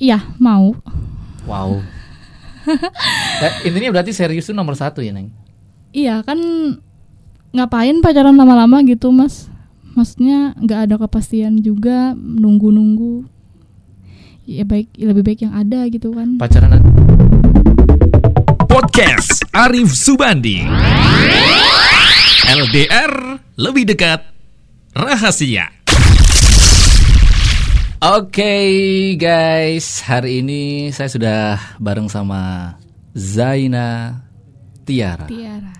Iya, mau. Wow. Nah, intinya berarti serius itu nomor satu ya neng. Iya kan ngapain pacaran lama-lama gitu mas? Maksudnya nggak ada kepastian juga nunggu-nunggu. Ya baik lebih baik yang ada gitu kan. Pacaran Podcast Arif Subandi LDR lebih dekat rahasia Oke guys, hari ini saya sudah bareng sama Zaina Tiara. Tiara.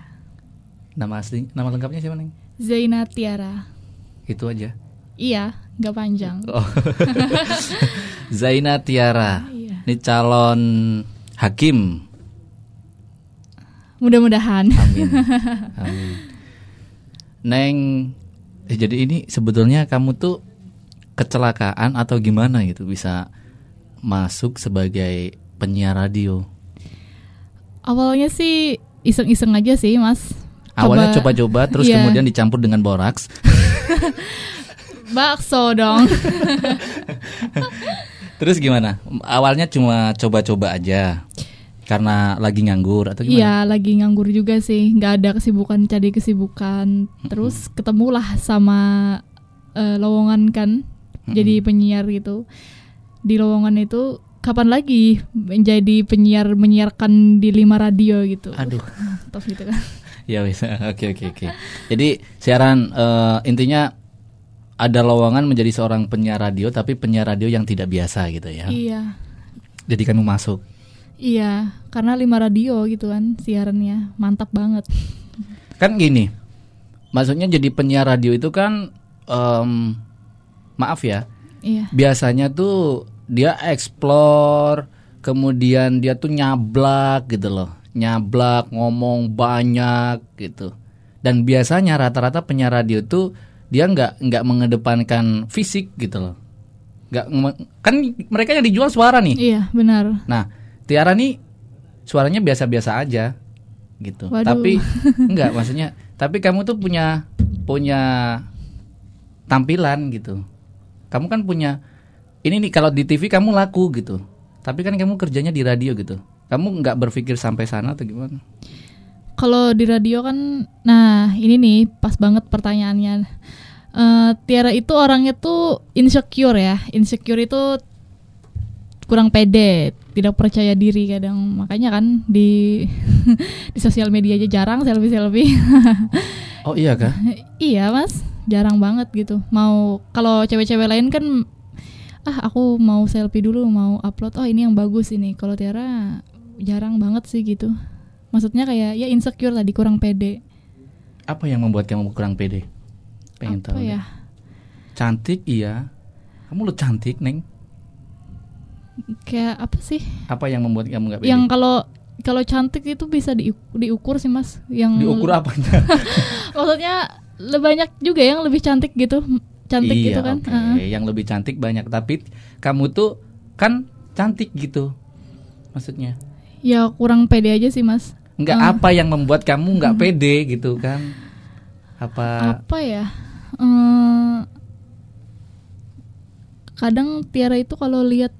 Nama asli, nama lengkapnya siapa neng? Zaina Tiara. Itu aja. Iya, nggak panjang. Oh. Zaina Tiara. Iya. Ini calon hakim. Mudah-mudahan. Amin. Amin. Neng, eh, jadi ini sebetulnya kamu tuh kecelakaan atau gimana gitu bisa masuk sebagai penyiar radio? Awalnya sih iseng-iseng aja sih mas. Awalnya coba-coba, terus Iya. kemudian dicampur dengan boraks. bakso dong. Terus gimana? Awalnya cuma coba-coba aja karena lagi nganggur atau gimana? Iya lagi nganggur juga sih, nggak ada kesibukan cari kesibukan. Terus ketemulah sama eh, lowongan kan, jadi penyiar gitu. Di lowongan itu kapan lagi menjadi penyiar menyiarkan di lima radio gitu. Aduh. Terus gitu kan. Ya wis. Oke oke oke. Jadi siaran eh, intinya ada lowongan menjadi seorang penyiar radio tapi penyiar radio yang tidak biasa gitu ya. Iya, Jadi kamu masuk. iya, karena lima radio gitu kan siarannya mantap banget. Kan gini. Maksudnya jadi penyiar radio itu kan em, maaf ya, Iya, biasanya tuh dia explore, kemudian dia tuh nyablak gitu loh. Nyablak, ngomong banyak gitu. Dan biasanya rata-rata penyiar radio tuh dia nggak nggak mengedepankan fisik gitu loh. Nggak ngeme- kan mereka yang dijual suara nih. iya benar. Nah, Tiara nih suaranya biasa-biasa aja gitu. Waduh. Tapi enggak maksudnya, tapi kamu tuh punya punya tampilan gitu. Kamu kan punya ini nih kalau di TV kamu laku gitu. Tapi kan kamu kerjanya di radio gitu. Kamu nggak berpikir sampai sana atau gimana? Kalau di radio kan, nah ini nih pas banget pertanyaannya. Eh, Tiara itu orangnya tuh insecure ya, insecure itu kurang pede, tidak percaya diri kadang. Makanya kan di di sosial media aja jarang selfie selfie. Oh iya kah? iya mas, jarang banget gitu. Mau kalau cewek-cewek lain kan, ah aku mau selfie dulu, mau upload. Oh ini yang bagus ini. Kalau Tiara jarang banget sih gitu. Maksudnya kayak ya insecure tadi kurang pede. Apa yang membuat kamu kurang pede? Pengen apa tahu. deh. ya? Cantik iya. Kamu lu cantik, Neng. Kayak apa sih? Apa yang membuat kamu nggak pede? Yang kalau kalau cantik itu bisa diuk- diukur sih mas. Yang diukur apanya? Maksudnya le- banyak juga yang lebih cantik gitu, cantik iya, gitu kan. oke. Heeh. Yang lebih cantik banyak, tapi kamu tuh kan cantik gitu. Maksudnya, Ya kurang pede aja sih mas. nggak Ah. Hmm. apa yang membuat kamu nggak pede gitu kan? Apa Apa ya? Eh, kadang Tiara itu kalau lihat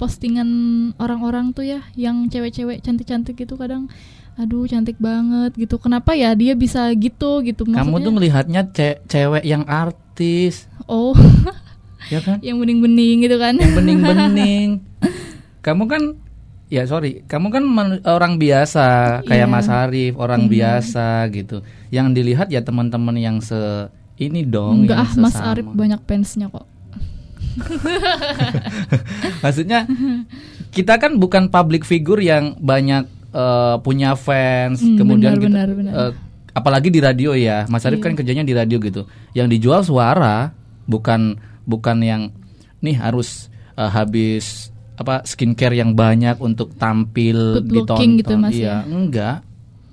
postingan orang-orang tuh ya, yang cewek-cewek cantik-cantik gitu kadang, aduh cantik banget gitu. Kenapa ya dia bisa gitu gitu? kamu tuh Maksudnya, melihatnya ce- cewek yang artis, oh ya kan? yang bening-bening gitu kan? Yang bening-bening. kamu kan ya sorry, kamu kan manu- orang biasa kayak Iya. Mas Arif, orang biasa gitu. Yang dilihat ya teman-teman yang se ini dong Enggak yang ah, Mas sesama. Arif banyak fansnya kok. Maksudnya kita kan bukan public figure yang banyak eh, punya fans, Hmm, kemudian benar, benar, kita- benar. eh, apalagi di radio ya. Mas Arief Iya. kan kerjanya di radio gitu. Yang dijual suara, bukan bukan yang nih harus eh, habis apa skincare yang banyak untuk tampil Good ditonton. looking gitu, Mas, iya, ya. enggak.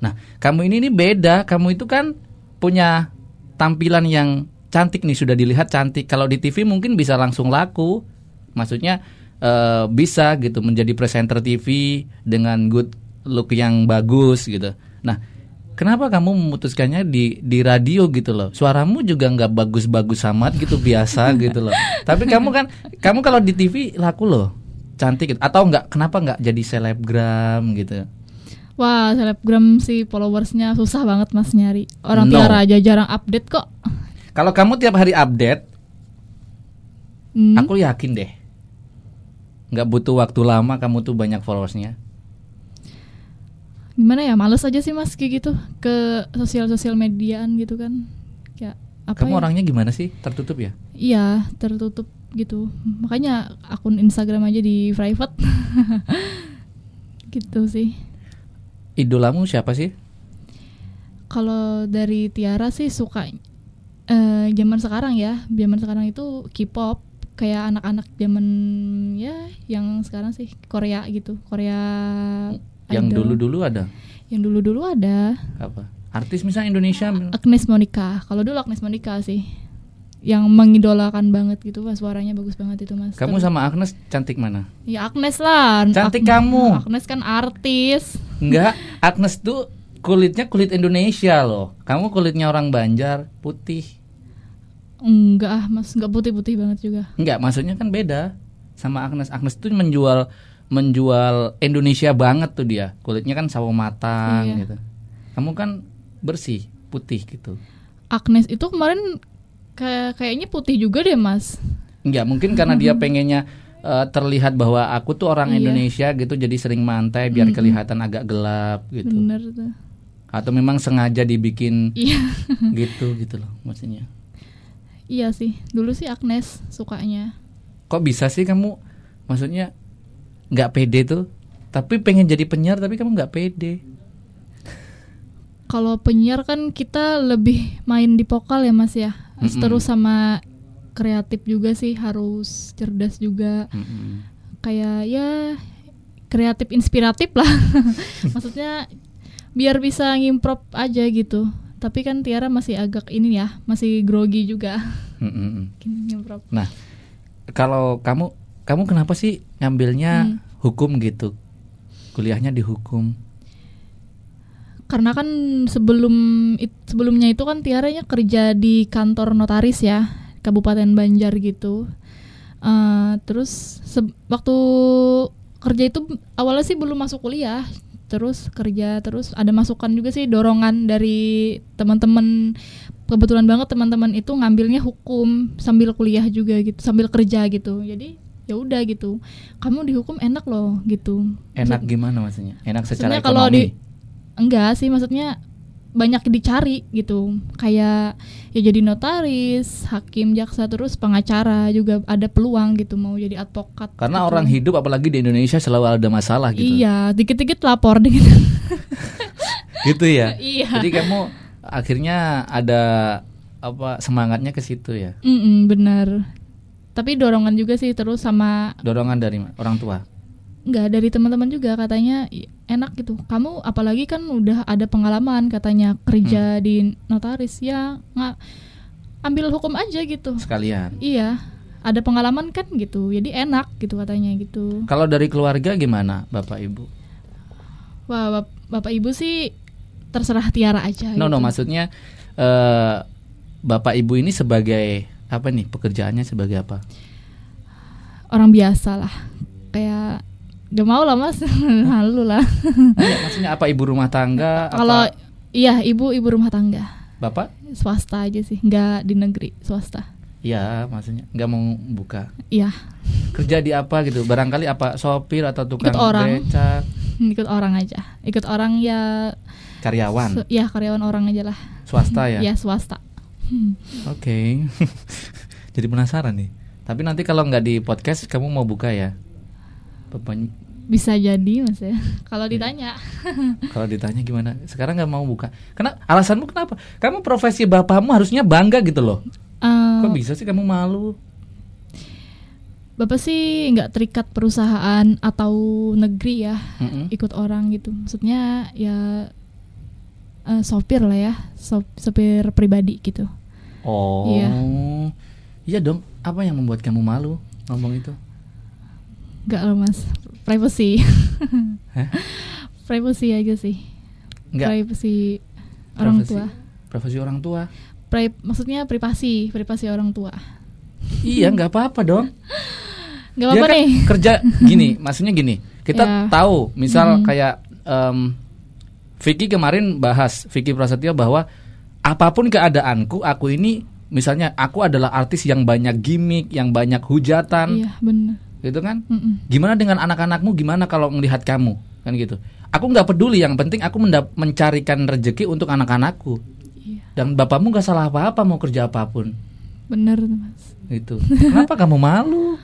Nah, kamu ini nih beda. Kamu itu kan punya tampilan yang cantik nih sudah dilihat cantik. Kalau di TV mungkin bisa langsung laku. Maksudnya eh, bisa gitu menjadi presenter TV dengan good look yang bagus gitu. Nah, kenapa kamu memutuskannya di di radio gitu loh? Suaramu juga nggak bagus-bagus amat gitu biasa gitu loh. Tapi kamu kan kamu kalau di TV laku loh. cantik gitu. atau nggak kenapa nggak jadi selebgram gitu Wah, selebgram si followersnya susah banget mas nyari. Orang No. Tiara aja jarang update kok. kalau kamu tiap hari update Hmm. aku yakin deh nggak butuh waktu lama kamu tuh banyak followersnya gimana ya males aja sih mas kayak gitu ke sosial sosial mediaan gitu kan kayak apa kamu ya? orangnya gimana sih tertutup ya iya tertutup gitu makanya akun Instagram aja di private gitu sih idolamu siapa sih kalau dari Tiara sih suka eh, zaman sekarang ya zaman sekarang itu K-pop kayak anak-anak zaman ya yang sekarang sih Korea gitu Korea yang idol. dulu dulu ada yang dulu dulu ada apa artis Ah, misalnya Indonesia Agnes Monica. Kalau dulu Agnes Monica sih yang mengidolakan banget gitu mas suaranya bagus banget itu mas kamu Terus- sama Agnes cantik mana ya Agnes lah Cantik Agnes- kamu. Agnes kan artis Enggak, Agnes tuh kulitnya kulit Indonesia loh. Kamu kulitnya orang Banjar, putih. enggak ah, mas enggak putih putih banget juga Enggak, maksudnya kan beda sama Agnes. Agnes tuh menjual menjual Indonesia banget tuh dia. Kulitnya kan sawo matang Iya. gitu. Kamu kan bersih, putih gitu. Agnes itu kemarin kayak kayaknya putih juga deh mas Enggak, mungkin karena dia pengennya eh, terlihat bahwa aku tuh orang Iya. Indonesia gitu jadi sering mantai biar kelihatan agak gelap gitu. bener tuh Atau memang sengaja dibikin iya gitu gitu loh maksudnya. iya sih dulu sih Agnes sukanya kok bisa sih kamu maksudnya nggak pede tuh tapi pengen jadi penyiar tapi kamu nggak pede kalau penyiar kan kita lebih main di vokal ya mas ya Mm-mm. terus sama kreatif juga sih harus cerdas juga kayak ya kreatif inspiratif lah maksudnya biar bisa ngimprov aja gitu tapi kan Tiara masih agak ini ya masih grogi juga Mm-mm. ngimprov nah kalau kamu kamu kenapa sih Hmm. ngambilnya hukum gitu kuliahnya di hukum karena kan sebelum it- sebelumnya itu kan Tiaranya kerja di kantor notaris ya Kabupaten Banjar gitu Eh, terus se- waktu kerja itu awalnya sih belum masuk kuliah terus kerja terus ada masukan juga sih dorongan dari teman-teman kebetulan banget teman-teman itu ngambilnya hukum sambil kuliah juga gitu sambil kerja gitu jadi ya udah gitu kamu dihukum enak loh gitu enak gimana maksudnya enak secara Maksudnya kalau ekonomi di enggak sih maksudnya banyak dicari gitu kayak ya jadi notaris hakim jaksa terus pengacara juga ada peluang gitu mau jadi advokat karena gitu. orang hidup apalagi di Indonesia selalu ada masalah gitu iya dikit-dikit lapor dikit gitu ya iya jadi kamu akhirnya ada apa semangatnya ke situ ya Mm-mm, benar tapi dorongan juga sih terus sama dorongan dari orang tua enggak dari teman-teman juga katanya "I- enak gitu kamu apalagi kan udah ada pengalaman katanya Hmm. kerja di notaris ya nggak ambil hukum aja gitu sekalian Iya, ada pengalaman kan gitu. Jadi enak gitu katanya gitu. Kalau dari keluarga gimana, Bapak Ibu? Wah, bap- Bapak Ibu sih terserah Tiara aja No, gitu. no, maksudnya eh Bapak Ibu ini sebagai apa nih pekerjaannya sebagai apa? Orang biasa lah. Kayak gak mau lah Mas, halu lah. Iya, maksudnya apa ibu rumah tangga? apa- Kalau iya, Ibu ibu rumah tangga. Bapak? Swasta aja sih, nggak di negeri, swasta. Ya, maksudnya nggak mau buka. Iya, Kerja di apa gitu? Barangkali apa sopir atau tukang Ikut orang. becak, ikut orang aja. Ikut orang ya karyawan su- ya karyawan orang aja lah. swasta ya. Ya swasta. Hmm. Oke. Jadi penasaran nih. Tapi nanti kalau nggak di podcast kamu mau buka ya? Bapak- Bisa jadi Mas ya. Kalau ditanya Kalau ditanya gimana? Sekarang nggak mau buka. Karena alasanmu kenapa? Kamu profesi bapakmu harusnya bangga gitu loh. eh, Kok bisa sih kamu malu? Bapak sih nggak terikat perusahaan atau negeri ya, Mm-mm. ikut orang gitu. Maksudnya ya eh, sopir lah ya, sop- sopir pribadi gitu. Oh. Iya. Iya dong. Apa yang membuat kamu malu ngomong itu? Nggak loh mas, privacy, Hah? privacy aja sih, Oh, Enggak. privacy orang Profesi- tua. Profesi orang tua. Pri- maksudnya privasi, privasi orang tua. iya, nggak apa-apa dong. Gak dia apa-apa kan nih. kerja gini, maksudnya gini. Kita Ya. tahu, misal kayak em, Vicky kemarin bahas Vicky Prasetyo bahwa apapun keadaanku, aku ini misalnya aku adalah artis yang banyak gimmick, yang banyak hujatan, Iya benar. gitu kan? Gimana dengan anak-anakmu? Gimana kalau melihat kamu? Kan gitu. Aku nggak peduli, yang penting aku mendap- mencarikan rezeki untuk anak-anakku. Iya, Dan bapakmu nggak salah apa-apa mau kerja apapun, Benar tuh, mas. gitu. Kenapa kamu malu?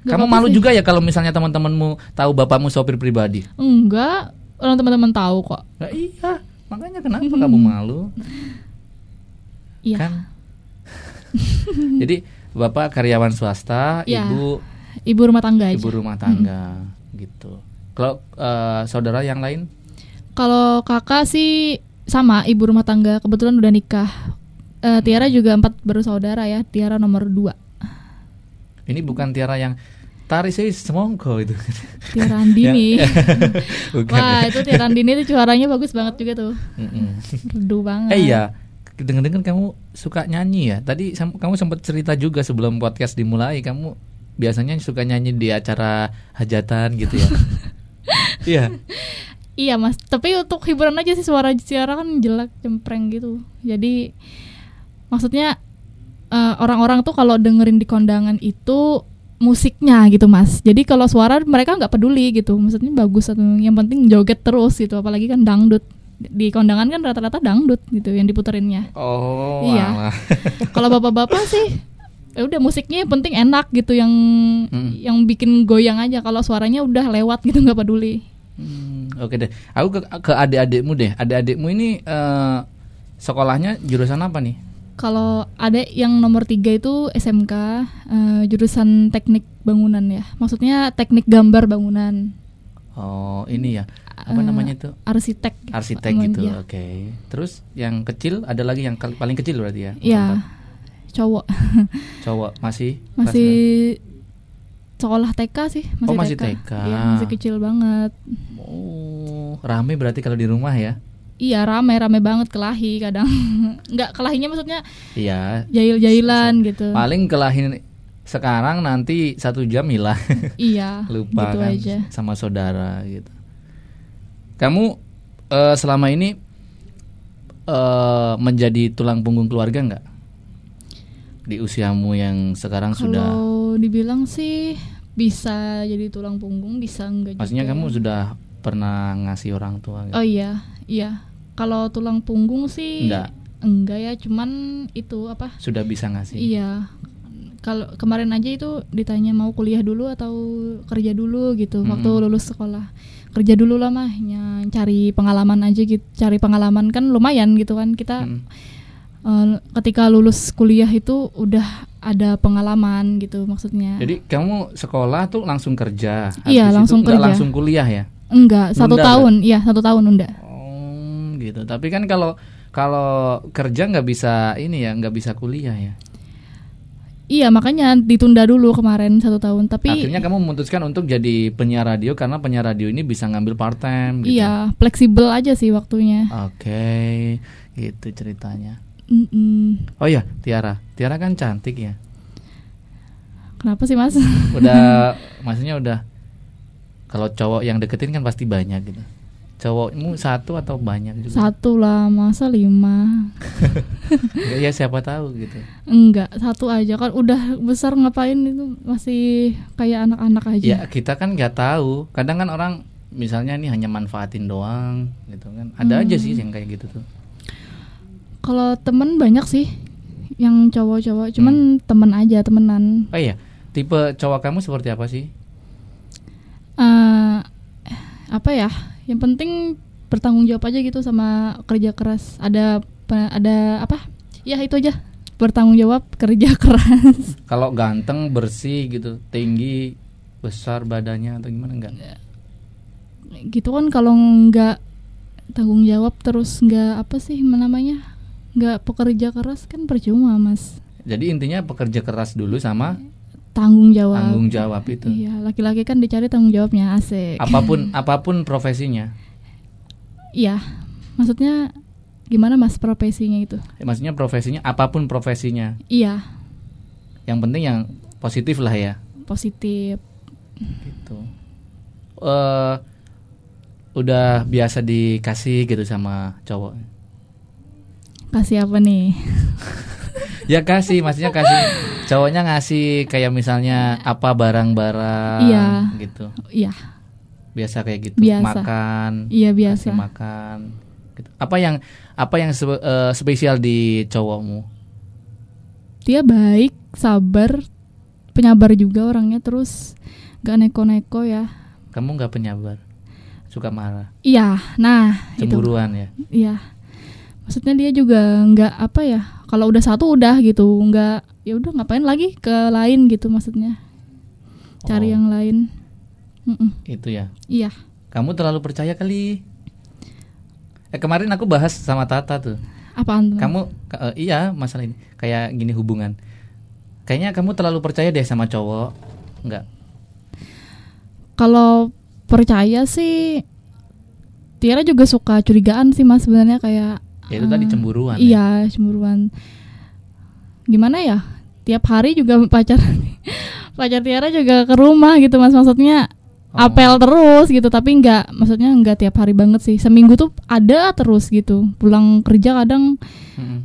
Gak Kamu apa-apa malu sih. juga ya kalau misalnya teman-temanmu tahu bapakmu sopir pribadi? Enggak. Orang teman-teman tahu kok. Nah, iya, makanya kenapa kamu malu? Iya. Kan? Jadi bapak karyawan swasta, Iya. ibu Ibu rumah tangga aja. ibu rumah tangga gitu. Kalau eh, saudara yang lain Kalau kakak sih sama ibu rumah tangga kebetulan udah nikah. Eh, Tiara juga empat bersaudara ya. Tiara nomor dua. ini bukan Tiara yang tari sih semongko itu. Tiara Andini. Ya, Bukan. Wah itu Tiara Andini tuh suaranya bagus banget juga tuh. Mm-mm. Merdu banget. Eh iya, dengar-dengar kamu suka nyanyi ya. Tadi sam- kamu sempat cerita juga sebelum podcast dimulai, kamu biasanya suka nyanyi di acara hajatan gitu ya. Iya. Iya mas, tapi untuk hiburan aja sih suara Ciara kan jelek, cempreng gitu. Jadi maksudnya eh, orang-orang tuh kalau dengerin di kondangan itu musiknya gitu mas. Jadi kalau suara mereka nggak peduli gitu, maksudnya bagus atau yang penting joget terus gitu. Apalagi kan dangdut di kondangan kan rata-rata dangdut gitu yang diputerinnya. Oh, Iya. alah. Kalau bapak-bapak sih ya udah musiknya yang penting enak gitu yang Hmm. yang bikin goyang aja. Kalau suaranya udah lewat gitu nggak peduli. Hmm, Oke deh. Aku ke, ke adik-adikmu deh. Adik-adikmu ini eh, sekolahnya jurusan apa nih? Kalau ada yang nomor tiga itu SMK eh, jurusan teknik bangunan ya, maksudnya teknik gambar bangunan, Oh, ini ya. Eh, Apa namanya itu? arsitek. Arsitek Bangun- gitu. Ya, Oke. Terus yang kecil ada lagi yang kal- paling kecil berarti ya? Iya, Keempat. cowok Cowok masih kelas masih sekolah TK sih, masih, Oh, masih TK. Iya, masih kecil banget. Oh, rame berarti kalau di rumah ya? Iya rame rame banget kelahi kadang, nggak kelahinya maksudnya Iya. jahil-jahilan gitu. Paling kelahin sekarang nanti satu jam hilang, Iya, lupa gitu kan aja. sama saudara gitu. Kamu eh, selama ini eh, menjadi tulang punggung keluarga nggak? Di usiamu yang sekarang sudah, Kalau gitu. dibilang sih bisa jadi tulang punggung, bisa enggak maksudnya juga. kamu ya? sudah pernah ngasih orang tua? nggak? Oh iya, iya. Kalau tulang punggung sih Enggak. enggak ya, cuman itu apa? Sudah bisa ngasih? Iya. Kalau kemarin aja itu ditanya mau kuliah dulu atau kerja dulu gitu waktu Mm-mm. lulus sekolah. Kerja dulu lah mah, ya, cari pengalaman aja gitu. Cari pengalaman kan lumayan gitu kan kita Mm. eh, ketika lulus kuliah itu udah ada pengalaman gitu maksudnya. Jadi kamu sekolah tuh langsung kerja? Iya, habis itu langsung nggak kerja. langsung kuliah ya? enggak, satu nunda, tahun, iya satu tahun nunda. Oh gitu. Tapi kan kalau kalau kerja nggak bisa ini ya, nggak bisa kuliah ya. Iya, makanya ditunda dulu kemarin satu tahun, tapi Akhirnya kamu memutuskan untuk jadi penyiar radio karena penyiar radio ini bisa ngambil part time. Gitu. Iya, fleksibel aja sih waktunya. Oke, gitu ceritanya. Mm-mm. Oh ya, Tiara. Tiara kan cantik ya. Kenapa sih mas? Udah, maksudnya udah. Kalau cowok yang deketin kan pasti banyak gitu. Cowokmu satu atau banyak juga? Satu lah, masa lima? Nggak, Ya siapa tahu gitu. Enggak, satu aja kan udah besar ngapain itu masih kayak anak-anak aja. Ya kita kan nggak tahu. Kadang kan orang misalnya ini hanya manfaatin doang gitu kan. Ada aja sih yang kayak gitu tuh. Kalau temen banyak sih yang cowok-cowok, cuman Hmm. temen aja temenan. Oh iya, tipe cowok kamu seperti apa sih? Eh, apa ya? Yang penting bertanggung jawab aja gitu sama kerja keras. Ada ada apa? Ya itu aja bertanggung jawab kerja keras. Kalau ganteng, bersih gitu, tinggi, besar badannya atau gimana enggak? gitu kan kalau nggak tanggung jawab terus nggak apa sih namanya nggak pekerja keras kan percuma mas Jadi intinya pekerja keras dulu sama tanggung jawab tanggung jawab itu. iya laki-laki kan dicari tanggung jawabnya asik Apapun apapun profesinya. iya maksudnya gimana mas profesinya itu Eh, Maksudnya profesinya apapun profesinya. iya Yang penting yang positif lah ya positif gitu eh udah biasa dikasih gitu sama cowok kasih apa nih ya kasih maksudnya kasih cowoknya ngasih kayak misalnya apa barang-barang Iya. gitu iya biasa kayak gitu Biasa. makan iya kasih biasa makan gitu. apa yang apa yang spe- eh, spesial di cowokmu dia baik sabar penyabar juga orangnya terus gak neko-neko ya kamu nggak penyabar suka marah iya nah itu cemburuan ya Iya. Maksudnya dia juga nggak apa ya? Kalau udah satu udah gitu, nggak ya udah ngapain lagi ke lain gitu maksudnya. Cari Oh. yang lain. Mm-mm. itu ya Iya. kamu terlalu percaya kali eh kemarin aku bahas sama Tata tuh Apaan? Bang? kamu ka- eh, iya masalah ini kayak gini hubungan kayaknya kamu terlalu percaya deh sama cowok nggak Kalau percaya sih Tiara juga suka curigaan sih Mas sebenarnya kayak ya itu tadi cemburuan ya. iya cemburuan. Gimana ya? Tiap hari juga pacar pacar Tiara juga ke rumah gitu Mas maksudnya Oh. apel terus gitu tapi nggak maksudnya nggak tiap hari banget sih seminggu tuh ada terus gitu pulang kerja kadang Mm-mm.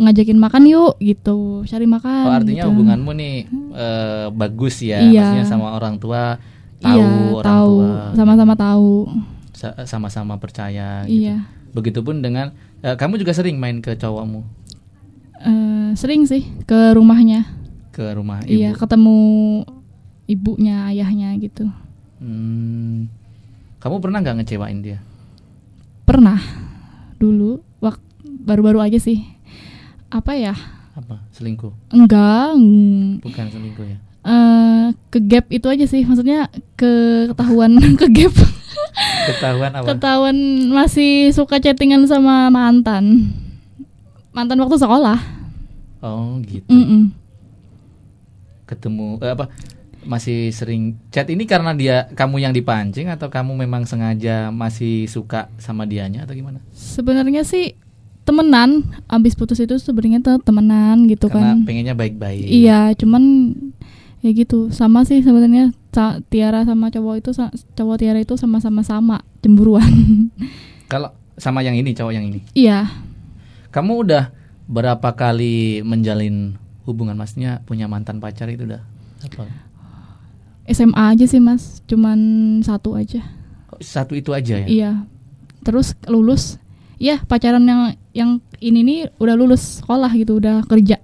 ngajakin makan yuk gitu cari makan Hmm. Oh, artinya gitu. hubunganmu nih eh, bagus ya, Iya. maksudnya sama orang tua tahu iya orang tahu tua sama-sama tahu sa- sama-sama percaya. iya Gitu. Begitupun dengan eh, kamu juga sering main ke cowokmu Eh, sering sih ke rumahnya ke rumah iya Nah, ibu. ketemu ibunya ayahnya gitu Hmm. Kamu pernah nggak ngecewain dia? pernah dulu waktu baru-baru aja sih apa ya Apa selingkuh? enggak mm, Bukan selingkuh ya? eh ke gap itu aja sih maksudnya ke ketahuan ke gap Ketahuan apa? ketahuan masih suka chattingan sama mantan mantan waktu sekolah oh gitu. Mm-mm. Ketemu eh, apa? Masih sering chat ini karena dia kamu yang dipancing atau kamu memang sengaja masih suka sama dianya atau gimana? sebenarnya sih temenan abis putus itu sebenarnya tuh temenan gitu karena kan pengennya baik-baik. iya cuman ya gitu sama sih sebenarnya Sa- Tiara sama cowok itu sa- cowok Tiara itu sama-sama sama cemburuan Kalau sama yang ini cowok yang ini. iya Kamu udah berapa kali menjalin hubungan masnya punya mantan pacar itu udah? Apa? SMA aja sih mas cuman satu aja Oh, Satu itu aja ya. Iya. Terus lulus, ya pacaran yang yang ini nih udah lulus sekolah gitu, udah kerja.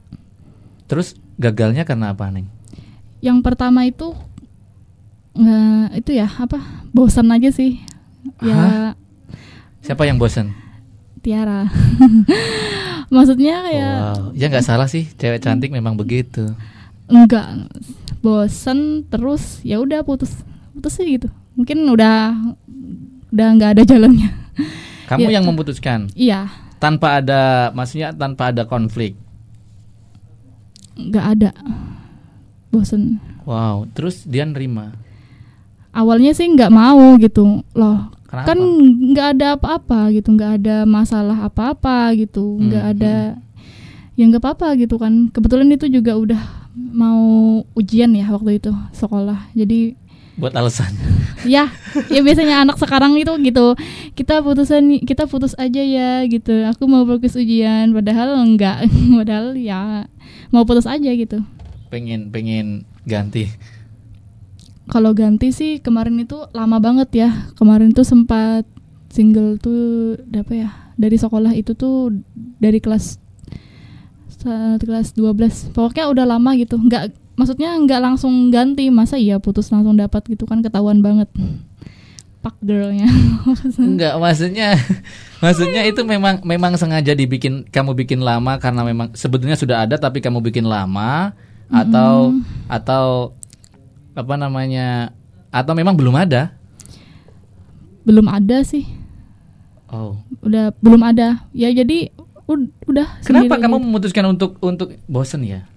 Terus gagalnya karena apa neng? Yang pertama itu eh, itu ya apa? Bosan aja sih. Ya Siapa yang bosen? Tiara. Maksudnya kayak Wow, ya nggak salah sih, cewek cantik memang begitu. enggak bosan terus ya udah putus putus sih gitu. Mungkin udah udah nggak ada jalannya. Kamu Iya. yang memutuskan Iya, tanpa ada, maksudnya tanpa ada konflik. nggak ada. Bosan. Wow, terus dia nerima. awalnya sih nggak mau gitu loh Kenapa? kan nggak ada apa-apa gitu nggak ada masalah apa-apa gitu Hmm, nggak ada ya nggak apa-apa gitu kan kebetulan itu juga udah mau ujian ya waktu itu sekolah jadi Buat alasan. ya ya biasanya anak sekarang itu gitu kita putusan kita putus aja ya gitu aku mau fokus ujian padahal enggak padahal ya mau putus aja gitu Pengen, pengen ganti. Kalau ganti sih kemarin itu lama banget ya. Kemarin tuh sempat single tuh apa ya? Dari sekolah itu tuh dari kelas saat kelas 12. Pokoknya udah lama gitu. Nggak maksudnya nggak langsung ganti. Masa iya putus langsung dapat gitu kan ketahuan banget. Pak girlnya. Enggak, maksudnya maksudnya itu memang memang sengaja dibikin kamu bikin lama karena memang sebetulnya sudah ada tapi kamu bikin lama atau atau apa namanya? Atau memang belum ada? belum ada sih. Oh. Udah belum ada. Ya jadi ud- udah Kenapa sendiri kamu gitu. memutuskan untuk untuk bosen ya?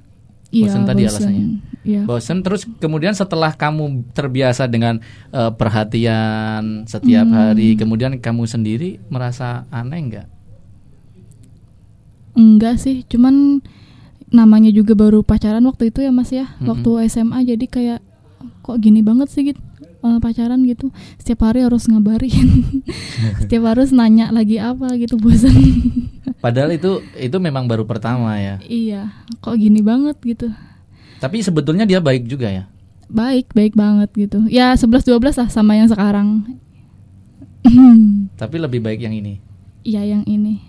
Iya, bosen tadi bosen. alasannya? Iya. Bosen terus kemudian setelah kamu terbiasa dengan eh, perhatian setiap hari, kemudian kamu sendiri merasa aneh enggak? Enggak sih, cuman namanya juga baru pacaran waktu itu ya Mas ya, waktu SMA jadi kayak kok gini banget sih gitu eh, pacaran gitu. Setiap hari harus ngabarin. Setiap harus nanya lagi apa gitu bosan. Padahal itu itu memang baru pertama ya. iya, kok gini banget gitu. Tapi sebetulnya dia baik juga ya. Baik, baik banget gitu. Ya 11 12 lah sama yang sekarang. Tapi lebih baik yang ini. Iya yang ini.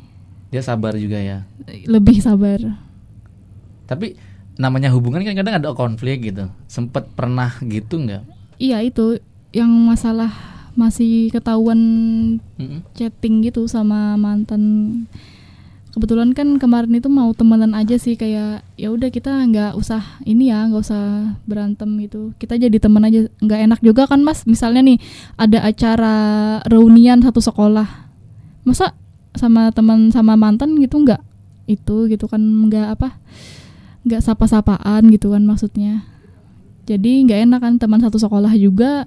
Dia sabar juga ya. Lebih sabar. Tapi namanya hubungan kan kadang ada konflik gitu. Sempet pernah gitu nggak? Iya itu yang masalah masih ketahuan Mm-mm. chatting gitu sama mantan. Kebetulan kan kemarin itu mau temenan aja sih kayak ya udah kita nggak usah ini ya nggak usah berantem gitu. Kita jadi teman aja nggak enak juga kan mas. Misalnya nih ada acara reunian satu sekolah. Masa sama teman sama mantan gitu nggak itu gitu kan nggak apa nggak sapa-sapaan gitu kan maksudnya. Jadi nggak enak kan teman satu sekolah juga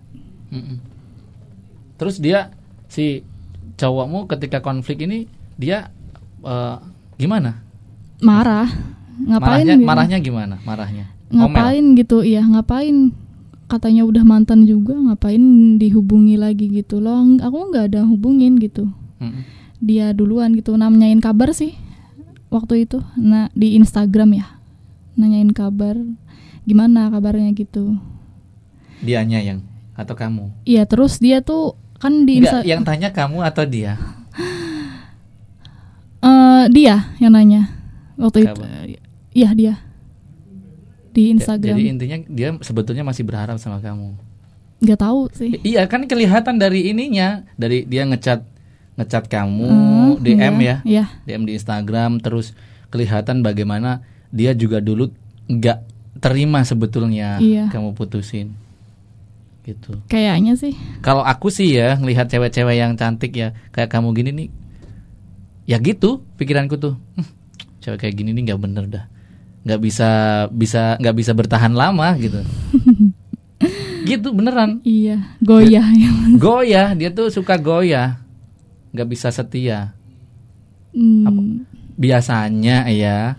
Mm-mm. Terus dia si cowokmu ketika konflik ini dia eh, gimana? marah ngapain marahnya, gitu? marahnya gimana? Marahnya? Ngomel. ngapain gitu iya ngapain katanya udah mantan juga ngapain dihubungi lagi gitu loh Ng- aku nggak ada hubungin gitu Mm-mm. dia duluan gitu nah, nanyain kabar sih waktu itu nah di Instagram ya nanyain kabar gimana kabarnya gitu Dianya yang atau kamu? iya terus dia tuh kan di Insta Nggak, yang tanya kamu atau dia? Eh, dia yang nanya waktu itu Kabar. iya dia di Jadi Instagram intinya dia sebetulnya masih berharap sama kamu. nggak tahu sih I- Iya kan kelihatan dari ininya, dari dia ngecat ngecat kamu Hmm, DM iya, iya ya, DM di Instagram terus kelihatan bagaimana dia juga dulu nggak terima sebetulnya Iya. kamu putusin. Gitu. kayaknya sih Kalau aku sih ya ngelihat cewek-cewek yang cantik ya kayak kamu gini nih. Ya gitu pikiranku tuh. "Hmm, Cewek kayak gini nih nggak bener dah. Nggak bisa bisa nggak bisa bertahan lama gitu. gitu beneran. Iya, goyah ya. Goyah, dia tuh suka goyah. Nggak bisa setia. Hmm, Biasanya ya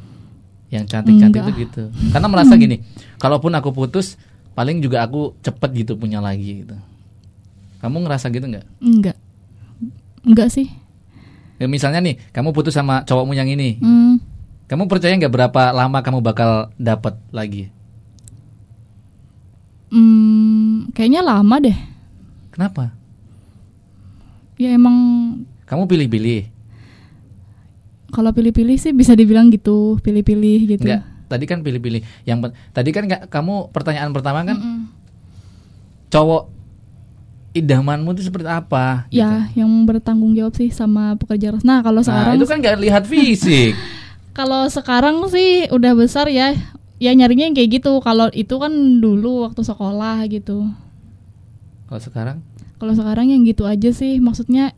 yang cantik-cantik tuh gitu. Karena merasa gini, kalaupun aku putus paling juga aku cepet gitu punya lagi gitu. Kamu ngerasa gitu nggak? enggak. Enggak sih. Ya, misalnya nih, kamu putus sama cowokmu yang ini, Hmm, kamu percaya nggak berapa lama kamu bakal dapat lagi? hmm, kayaknya lama deh. Kenapa? Ya emang Kamu pilih-pilih. kalau pilih-pilih sih bisa dibilang gitu, pilih-pilih gitu. Enggak. Tadi kan pilih-pilih. Yang pe- tadi kan nggak- kamu pertanyaan pertama kan Mm-mm. cowok idamanmu itu seperti apa? gitu. Ya, yang bertanggung jawab sih sama pekerja res- Nah, kalau Nah, sekarang itu kan nggak lihat fisik. kalau sekarang sih udah besar ya. Ya nyarinya yang kayak gitu. Kalau itu kan dulu waktu sekolah gitu. Kalau sekarang Kalau sekarang yang gitu aja sih, maksudnya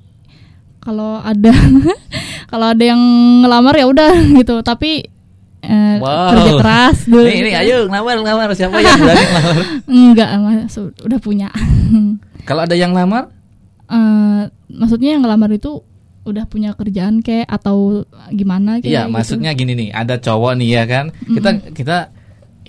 kalau ada kalau ada yang ngelamar ya udah gitu, tapi eh, Wow. kerja keras dulu. gitu. nih, nih ayo ngelamar ngelamar siapa yang berani ngelamar? Enggak, Mas, udah punya. Kalau ada yang lamar, Eh, maksudnya yang ngelamar itu udah punya kerjaan kayak atau gimana kayak Iya, gitu. maksudnya gini nih, ada cowok nih ya kan. Kita kita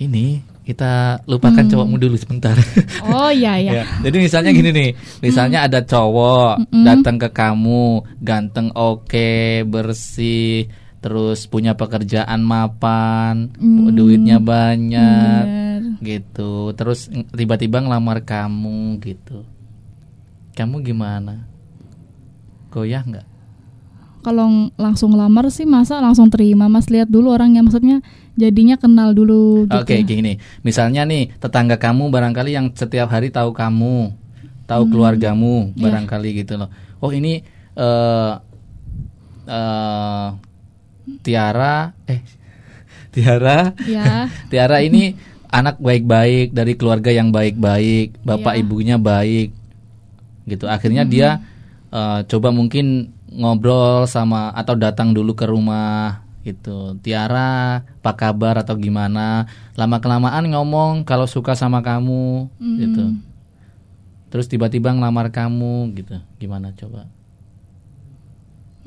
ini kita lupakan cowokmu dulu sebentar. Oh iya iya. Ya, Jadi misalnya gini nih, misalnya ada cowok Mm-mm. datang ke kamu, ganteng, oke, bersih, terus punya pekerjaan mapan, Mm. duitnya Iya. banyak, Bener. gitu. Terus ng- tiba-tiba ngelamar kamu gitu. Kamu gimana? Goyah nggak? Kalau ng- langsung ngelamar sih masa langsung terima, Mas lihat dulu orangnya maksudnya jadinya kenal dulu gitu. Oke, gini. Misalnya nih, tetangga kamu barangkali yang setiap hari tahu kamu, tahu keluargamu barangkali gitu loh. Oh, ini eh eh, Tiara eh Tiara Ya. Tiara ini anak baik-baik dari keluarga yang baik-baik, bapak Iya. Mm-hmm. ibunya baik. Gitu. Akhirnya dia eh, coba mungkin ngobrol sama atau datang dulu ke rumah gitu. Tiara, apa kabar atau gimana? Lama kelamaan ngomong kalau suka sama kamu Mm-hmm. gitu. Terus tiba-tiba ngelamar kamu gitu. Gimana coba?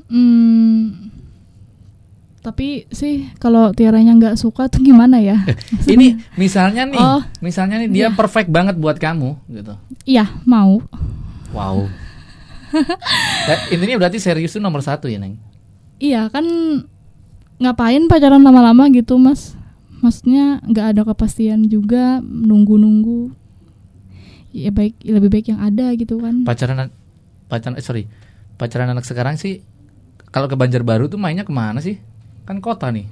Hmm, Tapi sih kalau Tiaranya nggak suka tuh gimana ya? Ini misalnya nih, Oh. misalnya nih dia perfect banget buat kamu gitu. Iya mau. Wow. Dan intinya berarti serius itu nomor satu ya neng. Iya kan ngapain pacaran lama-lama gitu mas? Maksudnya nggak ada kepastian juga nunggu-nunggu. Ya baik lebih baik yang ada gitu kan. Pacaran, pacaran, eh, sorry, pacaran anak sekarang sih kalau ke Banjarbaru tuh mainnya kemana sih? Kan kota nih,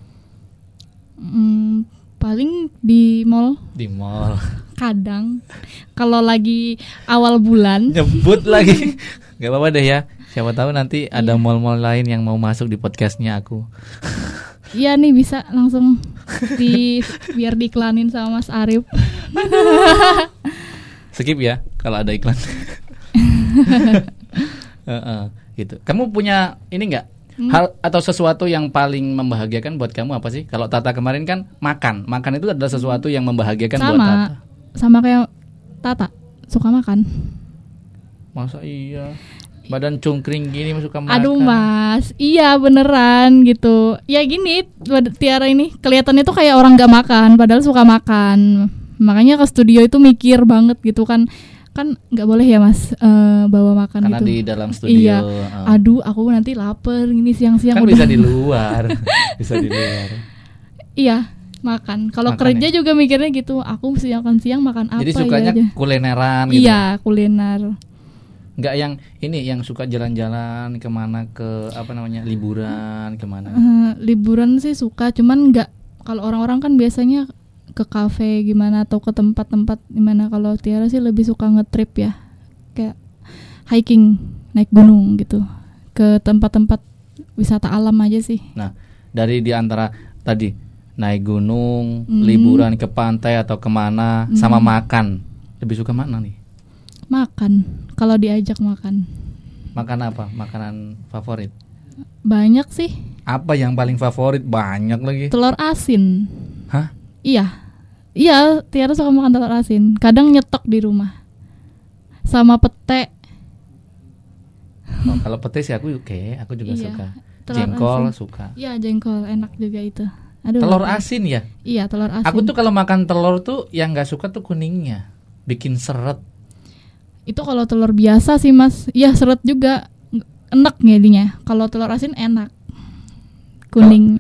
Hmm, paling di mall di mall. kadang kalau lagi awal bulan Nyebut lagi, nggak apa-apa deh ya. Siapa tahu nanti ada mall-mall lain yang mau masuk di podcastnya aku. Iya nih bisa langsung di biar diiklanin sama Mas Arif. Skip ya kalau ada iklan. Heeh, gitu. Kamu punya ini nggak Hmm? hal atau sesuatu yang paling membahagiakan buat kamu apa sih? Kalau Tata kemarin kan makan, makan itu adalah sesuatu yang membahagiakan Kan buat sama Tata. sama kayak Tata suka makan. Masa iya. Badan cungkring gini suka makan. Aduh Mas, iya beneran gitu. Ya gini bad- Tiara ini kelihatannya tuh kayak orang gak makan padahal suka makan. Makanya ke studio itu mikir banget gitu kan kan nggak boleh ya Mas eh, bawa makan Karena gitu. di dalam studio. Iya. heeh. Aduh, aku nanti lapar ini siang-siang kan udah- bisa di luar. bisa di luar. Iya, makan. Kalau Makan ya. kerja juga mikirnya gitu, aku mesti makan siang makan apa Jadi ya sukanya aja. kulineran gitu. Iya, kuliner. Nggak yang ini yang suka jalan-jalan kemana ke apa namanya liburan kemana. Eh, liburan sih suka, cuman nggak kalau orang-orang kan biasanya ke kafe gimana atau ke tempat-tempat gimana kalau Tiara sih lebih suka ngetrip ya. Kayak hiking, naik gunung gitu. Ke tempat-tempat wisata alam aja sih. Nah, dari di antara tadi naik gunung, Hmm. liburan ke pantai atau kemana, sama makan, lebih suka mana nih? Makan kalau diajak makan. Makan apa? Makanan favorit? Banyak sih Apa yang paling favorit? Banyak lagi. telur asin. Hah? Iya. Iya, Tiara suka makan telur asin. Kadang nyetok di rumah. Sama pete. Oh, kalau petis ya aku oke, aku juga Iya, suka. telur Jengkol asin. suka. Iya, jengkol enak juga itu. Aduh. Telur lapar. asin ya. Iya, telur asin. Aku tuh kalau makan telur tuh yang nggak suka tuh kuningnya, bikin seret. itu kalau telur biasa sih, Mas. Iya, seret juga. Enak jadinya. Kalau telur asin enak. Kuning.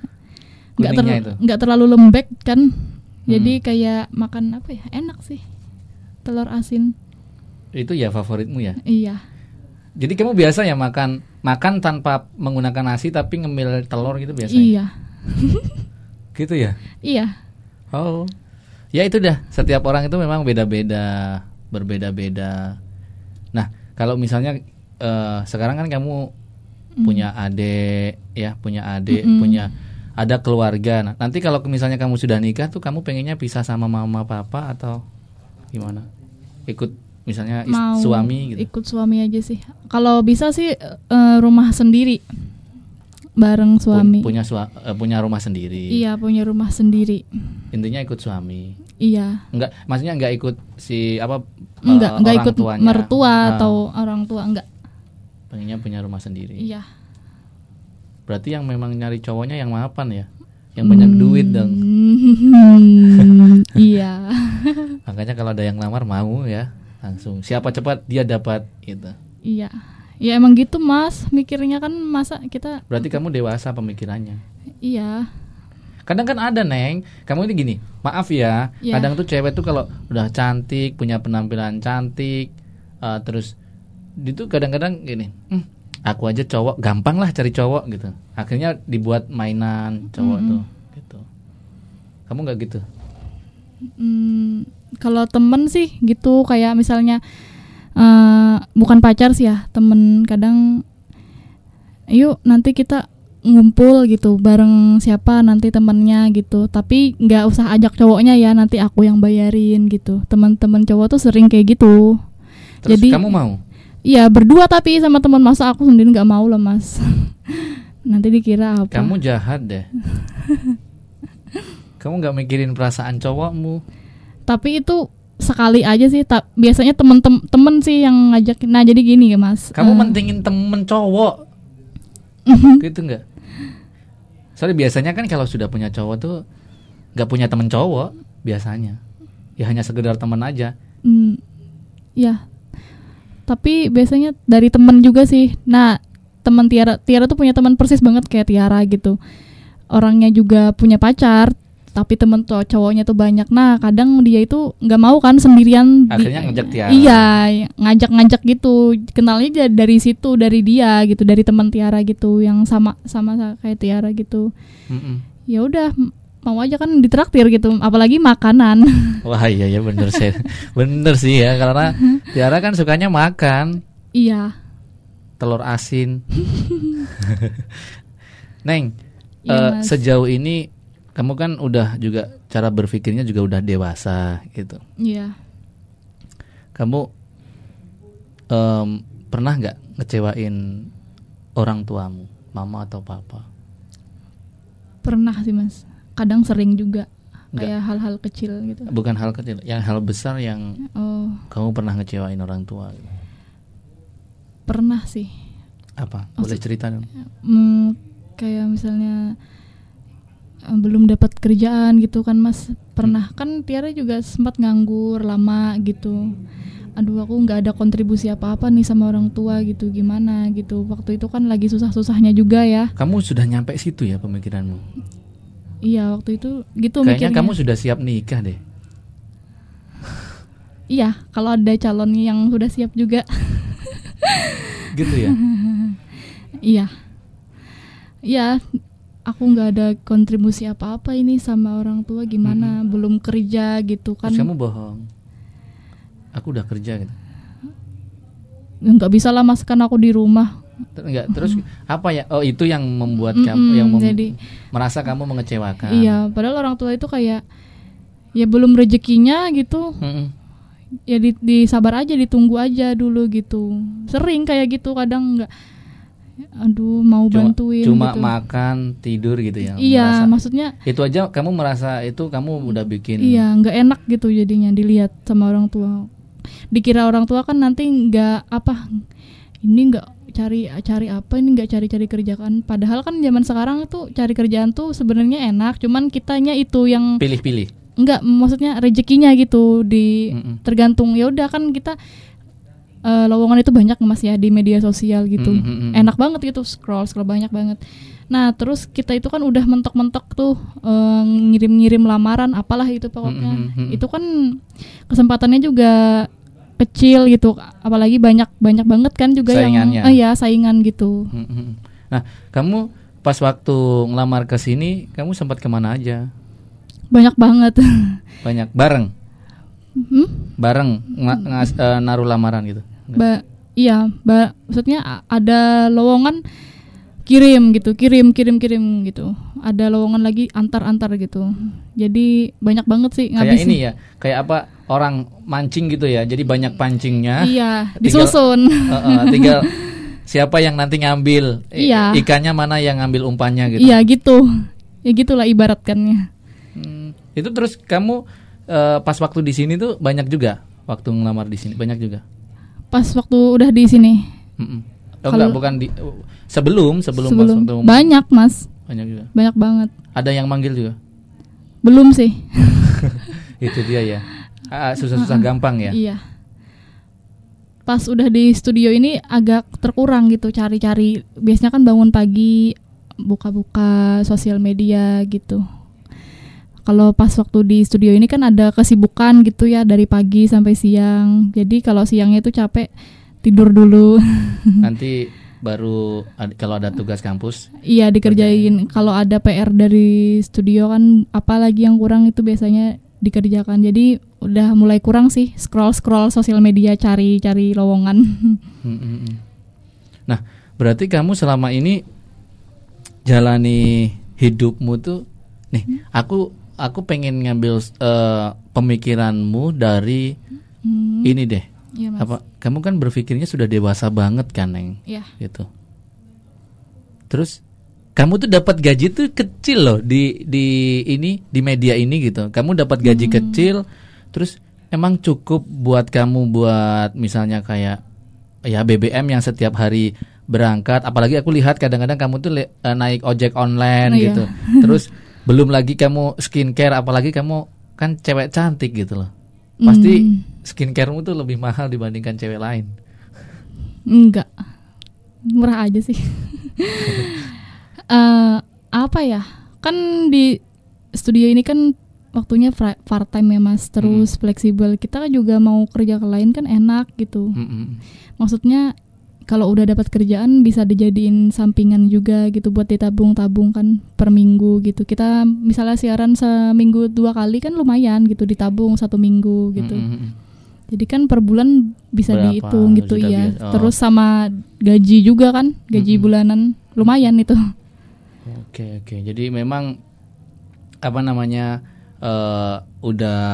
Enggak Kuningnya itu. Hmm. terlalu lembek kan. Jadi kayak makan apa ya? Enak sih. Telur asin. Itu ya favoritmu ya. Iya. Jadi kamu biasa ya makan makan tanpa menggunakan nasi tapi ngemil telur gitu biasanya. Iya. Gitu ya. Iya. Oh. Ya itu dah, setiap orang itu memang beda-beda, berbeda-beda. Nah, kalau misalnya eh, sekarang kan kamu Mm. punya adik ya, punya adik, punya ada keluarga. Nah, nanti kalau misalnya kamu sudah nikah tuh kamu pengennya pisah sama mama papa atau gimana? Ikut misalnya Nah, is- mau suami gitu. ikut suami aja sih kalau bisa sih eh, rumah sendiri bareng Pu- suami Punya sua- eh, punya rumah sendiri. iya punya rumah sendiri Intinya ikut suami. iya Enggak, maksudnya enggak ikut si apa eh, enggak enggak orang ikut tuanya. mertua Ah. atau orang tua enggak pengennya punya rumah sendiri. iya Berarti yang memang nyari cowoknya yang mapan ya, yang banyak Hmm. duit dong. iya Makanya kalau ada yang lamar mau ya langsung. Siapa cepat dia dapat gitu. iya ya emang gitu mas mikirnya kan masa kita Berarti kamu dewasa pemikirannya. iya Kadang kan ada neng, kamu ini gini, maaf ya. Iya. Kadang tuh cewek tuh kalau udah cantik, punya penampilan cantik, eh, terus itu kadang-kadang gini, "Hmm, aku aja cowok, gampang lah cari cowok gitu. Akhirnya dibuat mainan cowok tuh, gitu. Kamu nggak gitu? Hmm, kalau temen sih gitu kayak misalnya eh bukan pacar sih ya temen kadang yuk nanti kita ngumpul gitu bareng siapa nanti temennya gitu tapi nggak usah ajak cowoknya ya nanti aku yang bayarin gitu teman-teman cowok tuh sering kayak gitu Terus Jadi- kamu mau? Iya berdua tapi sama teman masa aku sendiri nggak mau lah mas nanti dikira apa Kamu jahat deh. Kamu nggak mikirin perasaan cowokmu. tapi itu sekali aja sih ta- biasanya temen-temen temen sih yang ngajakin nah jadi gini ya mas Kamu Eh, mentingin temen cowok. gitu nggak? Soalnya biasanya kan kalau sudah punya cowok tuh nggak punya temen cowok biasanya. Ya hanya sekedar teman aja. Hmm, ya. Tapi biasanya dari temen juga sih. Nah, teman Tiara, Tiara tuh punya teman persis banget kayak Tiara gitu. Orangnya juga punya pacar, tapi temen cow- cowoknya tuh banyak. Nah, kadang dia itu nggak mau kan sendirian. di- Akhirnya ngajak Tiara. Iya, ngajak-ngajak gitu. Kenalnya ja- dari situ, dari dia gitu, dari teman Tiara gitu, yang sama sama kayak Tiara gitu. Mm-mm. Ya udah, m- mau aja kan ditraktir gitu, apalagi makanan. Wah iya ya bener sih, bener sih ya karena Tiara kan sukanya makan iya. telur asin. Neng, Iya, eh, Mas. sejauh ini kamu kan udah juga cara berpikirnya juga udah dewasa gitu. Iya. Kamu em, pernah nggak ngecewain orang tuamu, mama atau papa? Pernah sih mas, kadang sering juga Enggak. kayak hal-hal kecil gitu. Bukan hal kecil, yang hal besar yang Oh kamu pernah ngecewain orang tua. pernah sih, Apa? Oh, Boleh cerita dong? Hmm, kayak misalnya eh, belum dapat kerjaan gitu kan mas. Hmm. Pernah kan Tiara juga sempat nganggur lama gitu. Aduh aku nggak ada kontribusi apa-apa nih sama orang tua gitu gimana gitu. Waktu itu kan lagi susah-susahnya juga ya. Kamu sudah nyampe situ ya pemikiranmu? Iya waktu itu gitu Kayaknya mikirnya. kamu sudah siap nikah deh. Iya kalau ada calonnya yang sudah siap juga. Gitu ya. Iya. Iya, aku nggak ada kontribusi apa-apa ini sama orang tua gimana, belum kerja gitu kan. Terus kamu bohong. Aku udah kerja gitu. nggak bisa lah mas kan aku di rumah. Ter- Enggak, terus apa ya? Oh, itu yang membuat kamu Mm-mm, yang mem- jadi- merasa kamu mengecewakan. Iya, padahal orang tua itu kayak ya belum rezekinya gitu. Mm-mm. Ya di, disabar aja, ditunggu aja dulu gitu. Sering kayak gitu kadang nggak aduh mau Cuma, bantuin cuma gitu. makan, tidur gitu ya. Iya, merasa. maksudnya Itu aja kamu merasa itu kamu udah bikin Iya, nggak enak gitu jadinya dilihat sama orang tua. Dikira orang tua kan nanti nggak apa, ini nggak cari cari apa, ini nggak cari-cari kerjaan. Padahal kan zaman sekarang tuh cari kerjaan tuh sebenarnya enak, cuman kitanya itu yang pilih-pilih. nggak maksudnya rezekinya gitu di Mm-mm. tergantung ya udah kan kita eh, lowongan itu banyak mas ya di media sosial gitu Mm, mm, mm, mm. enak banget gitu scroll scroll banyak banget nah terus kita itu kan udah mentok-mentok tuh eh, ngirim-ngirim lamaran apalah itu pokoknya Mm, mm, mm, mm. itu kan kesempatannya juga kecil gitu apalagi banyak banyak banget kan juga Saingannya. yang eh, ya saingan gitu Mm-mm. Nah, kamu pas waktu ngelamar ke sini, kamu sempat kemana aja? banyak banget Banyak bareng, Hmm? bareng nga- ngas- eh, naruh lamaran gitu. Ba iya, ba maksudnya a- ada lowongan kirim gitu, kirim kirim kirim gitu. Ada lowongan lagi antar-antar gitu. Jadi banyak banget sih kayak ngabisin. ini ya kayak apa orang mancing gitu ya jadi banyak pancingnya Iya, Tinggal- disusun. Eh, eh, tinggal siapa yang nanti ngambil I- Iya. ikannya mana yang ngambil umpannya gitu Iya, gitu. Ya gitulah ibaratkannya. Hmm, itu terus kamu eh, pas waktu di sini tuh banyak juga waktu ngelamar di sini banyak juga Pas waktu udah di sini. Mm-mm. oh, enggak Kalau- bukan di sebelum sebelum, pas sebelum waktu- banyak, Mas. banyak juga Banyak banget. ada yang manggil juga Belum sih. itu dia ya Ah, susah-susah gampang ya Iya. Pas udah di studio ini agak terkurang gitu cari-cari. Biasanya kan bangun pagi, buka-buka sosial media gitu. Kalau pas waktu di studio ini kan ada kesibukan gitu ya dari pagi sampai siang. Jadi kalau siangnya itu capek tidur dulu. nanti baru ad- kalau ada tugas kampus Iya dikerjain. Kalau ada PR dari studio kan apalagi yang kurang itu biasanya dikerjakan. Jadi udah mulai kurang sih scroll-scroll sosial media cari-cari lowongan. Mm, mm, mm. Nah, berarti kamu selama ini jalani hidupmu tuh nih, Hmm. aku aku pengen ngambil eh, pemikiranmu dari Hmm, ini deh. iya, Mas. Apa kamu kan berpikirnya sudah dewasa banget kan, Neng? Iya. Gitu. Terus kamu tuh dapat gaji tuh kecil loh di di ini di media ini gitu. Kamu dapat gaji Hmm. kecil terus emang cukup buat kamu buat misalnya kayak ya BBM yang setiap hari berangkat apalagi aku lihat kadang-kadang kamu tuh le- eh, naik ojek Oh, online iya. gitu terus belum lagi kamu skincare apalagi kamu kan cewek cantik gitu loh Hmm. pasti skincaremu tuh lebih mahal dibandingkan cewek lain Enggak. Murah aja sih. Eh, apa ya? Kan di studio ini kan waktunya fra- part time ya Mas, terus fleksibel. Kita juga mau kerja ke lain kan enak gitu. Mm-mm. Maksudnya kalau udah dapat kerjaan bisa dijadiin sampingan juga gitu buat ditabung-tabung kan per minggu gitu. Kita misalnya siaran seminggu dua kali kan lumayan gitu ditabung satu minggu gitu. Mm-mm. Jadi kan per bulan bisa Berapa dihitung gitu juta iya. biasa? Oh. Terus sama gaji juga kan, gaji Mm-mm. bulanan lumayan itu. Oke oke. Jadi memang apa namanya eh, udah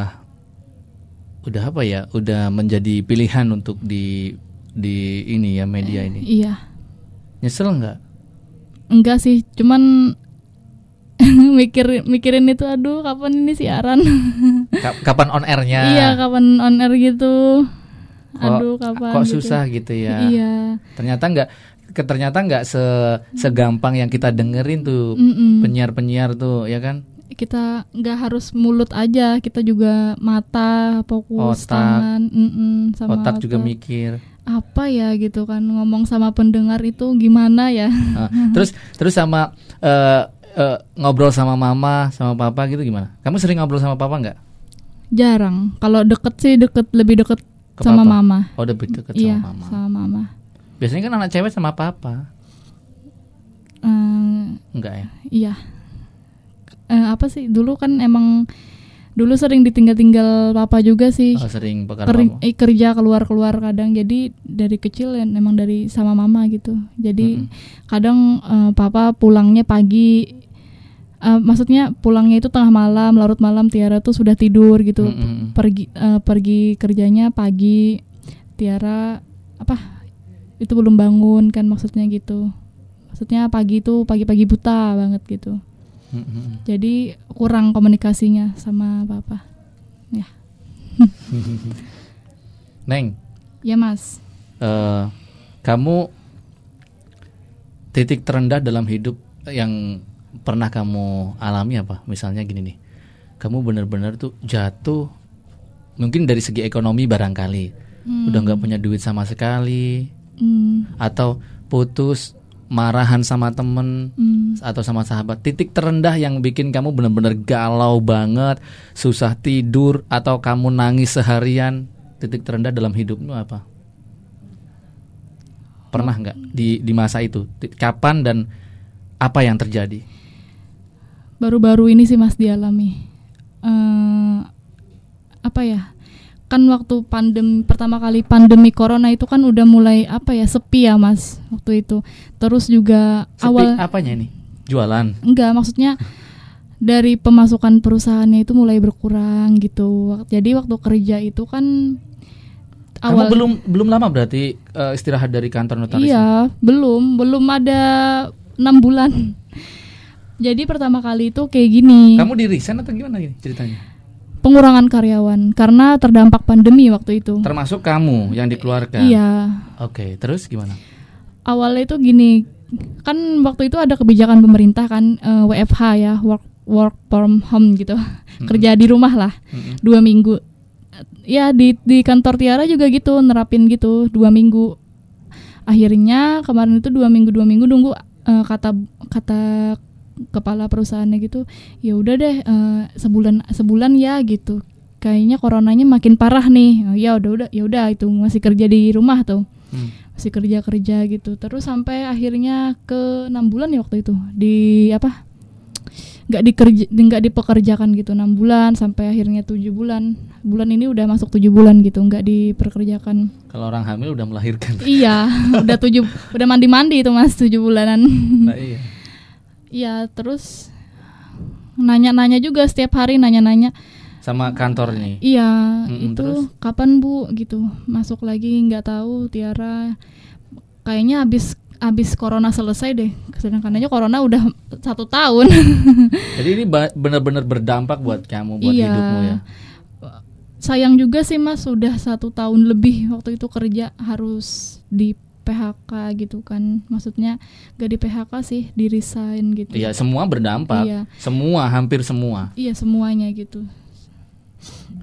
udah apa ya? Udah menjadi pilihan untuk di di ini ya media ini. Iya. Nyesel nggak? Enggak sih, cuman mikir mikirin itu aduh kapan ini siaran. Ka- Kapan on airnya? iya, kapan on air gitu. Ya. Kok- Aduh, kapan Kok gitu. susah gitu ya? Iya. Ternyata nggak ke- ternyata nggak se- segampang yang kita dengerin tuh Mm-mm. penyiar-penyiar tuh ya kan? Kita nggak harus mulut aja, kita juga mata, fokus, Otak. tangan, mm-mm, sama Otak juga apa. mikir. apa ya gitu kan ngomong sama pendengar itu gimana ya? Nah, terus terus sama eh, eh, ngobrol sama mama sama papa gitu gimana? Kamu sering ngobrol sama papa nggak? Jarang. Kalau deket sih deket lebih deket Ke sama papa? mama. Oh udah deket iya, sama mama. sama mama. Biasanya kan anak cewek sama papa, Eh, enggak ya? iya. Eh, apa sih? Dulu kan emang dulu sering ditinggal-tinggal papa juga sih. Oh, sering pekan Keri- mama. eh, kerja keluar-keluar kadang. Jadi dari kecil ya, emang dari sama mama gitu. Jadi Mm-mm. kadang eh, papa pulangnya pagi. eh, maksudnya pulangnya itu tengah malam, larut malam Tiara tuh sudah tidur gitu. Mm-mm. pergi eh, pergi kerjanya pagi Tiara apa itu belum bangun kan maksudnya gitu maksudnya pagi itu pagi-pagi buta banget gitu Mm-mm. jadi kurang komunikasinya sama papa Neng, ya mas eh, kamu titik terendah dalam hidup yang pernah kamu alami apa? Misalnya gini nih, kamu benar-benar tuh jatuh mungkin dari segi ekonomi barangkali Hmm, udah nggak punya duit sama sekali hmm, atau putus marahan sama temen hmm. atau sama sahabat titik terendah yang bikin kamu benar-benar galau banget susah tidur atau kamu nangis seharian titik terendah dalam hidupmu apa pernah nggak di di masa itu Ti- kapan dan apa yang terjadi baru-baru ini sih mas dialami eh apa ya kan waktu pandem pertama kali pandemi corona itu kan udah mulai apa ya sepi ya mas waktu itu terus juga Sepi awal apanya nih jualan Enggak, maksudnya dari pemasukan perusahaannya itu mulai berkurang gitu. Wak- Jadi waktu kerja itu kan kamu awal belum belum lama berarti eh, istirahat dari kantor notaris Iya, belum, belum ada enam bulan. Jadi pertama kali itu kayak gini, kamu di resign atau gimana ini ceritanya pengurangan karyawan karena terdampak pandemi waktu itu. termasuk kamu yang dikeluarkan Oh. Iya, oke terus gimana awalnya itu gini kan waktu itu ada kebijakan pemerintah kan eh, WFH ya work work from home gitu kerja di rumah lah Mm-mm. dua minggu ya di di kantor Tiara juga gitu nerapin gitu dua minggu akhirnya kemarin itu dua minggu dua minggu nunggu eh, kata kata kepala perusahaannya gitu ya udah deh eh, sebulan sebulan ya gitu kayaknya coronanya makin parah nih Oh, ya udah udah ya udah itu masih kerja di rumah tuh Hmm. masih kerja kerja gitu terus sampai akhirnya ke enam bulan ya waktu itu di apa nggak dikerja nggak dipekerjakan gitu enam bulan sampai akhirnya tujuh bulan bulan ini udah masuk tujuh bulan gitu nggak diperkerjakan kalau orang hamil udah melahirkan iya udah tujuh udah mandi mandi itu mas tujuh bulanan Nah, iya. iya terus nanya nanya juga setiap hari nanya nanya sama kantor nih Iya, Mm-mm, itu terus? kapan Bu gitu. Masuk lagi nggak tahu Tiara. Kayaknya habis habis corona selesai deh. Sedangkan aja corona udah satu tahun. Jadi ini ba- benar-benar berdampak buat kamu, buat Iya. hidupmu ya. Sayang juga sih Mas, udah satu tahun lebih waktu itu kerja harus di PHK gitu kan maksudnya gak di PHK sih di resign gitu Iya, semua berdampak. Iya. Semua, hampir semua. Iya, semuanya gitu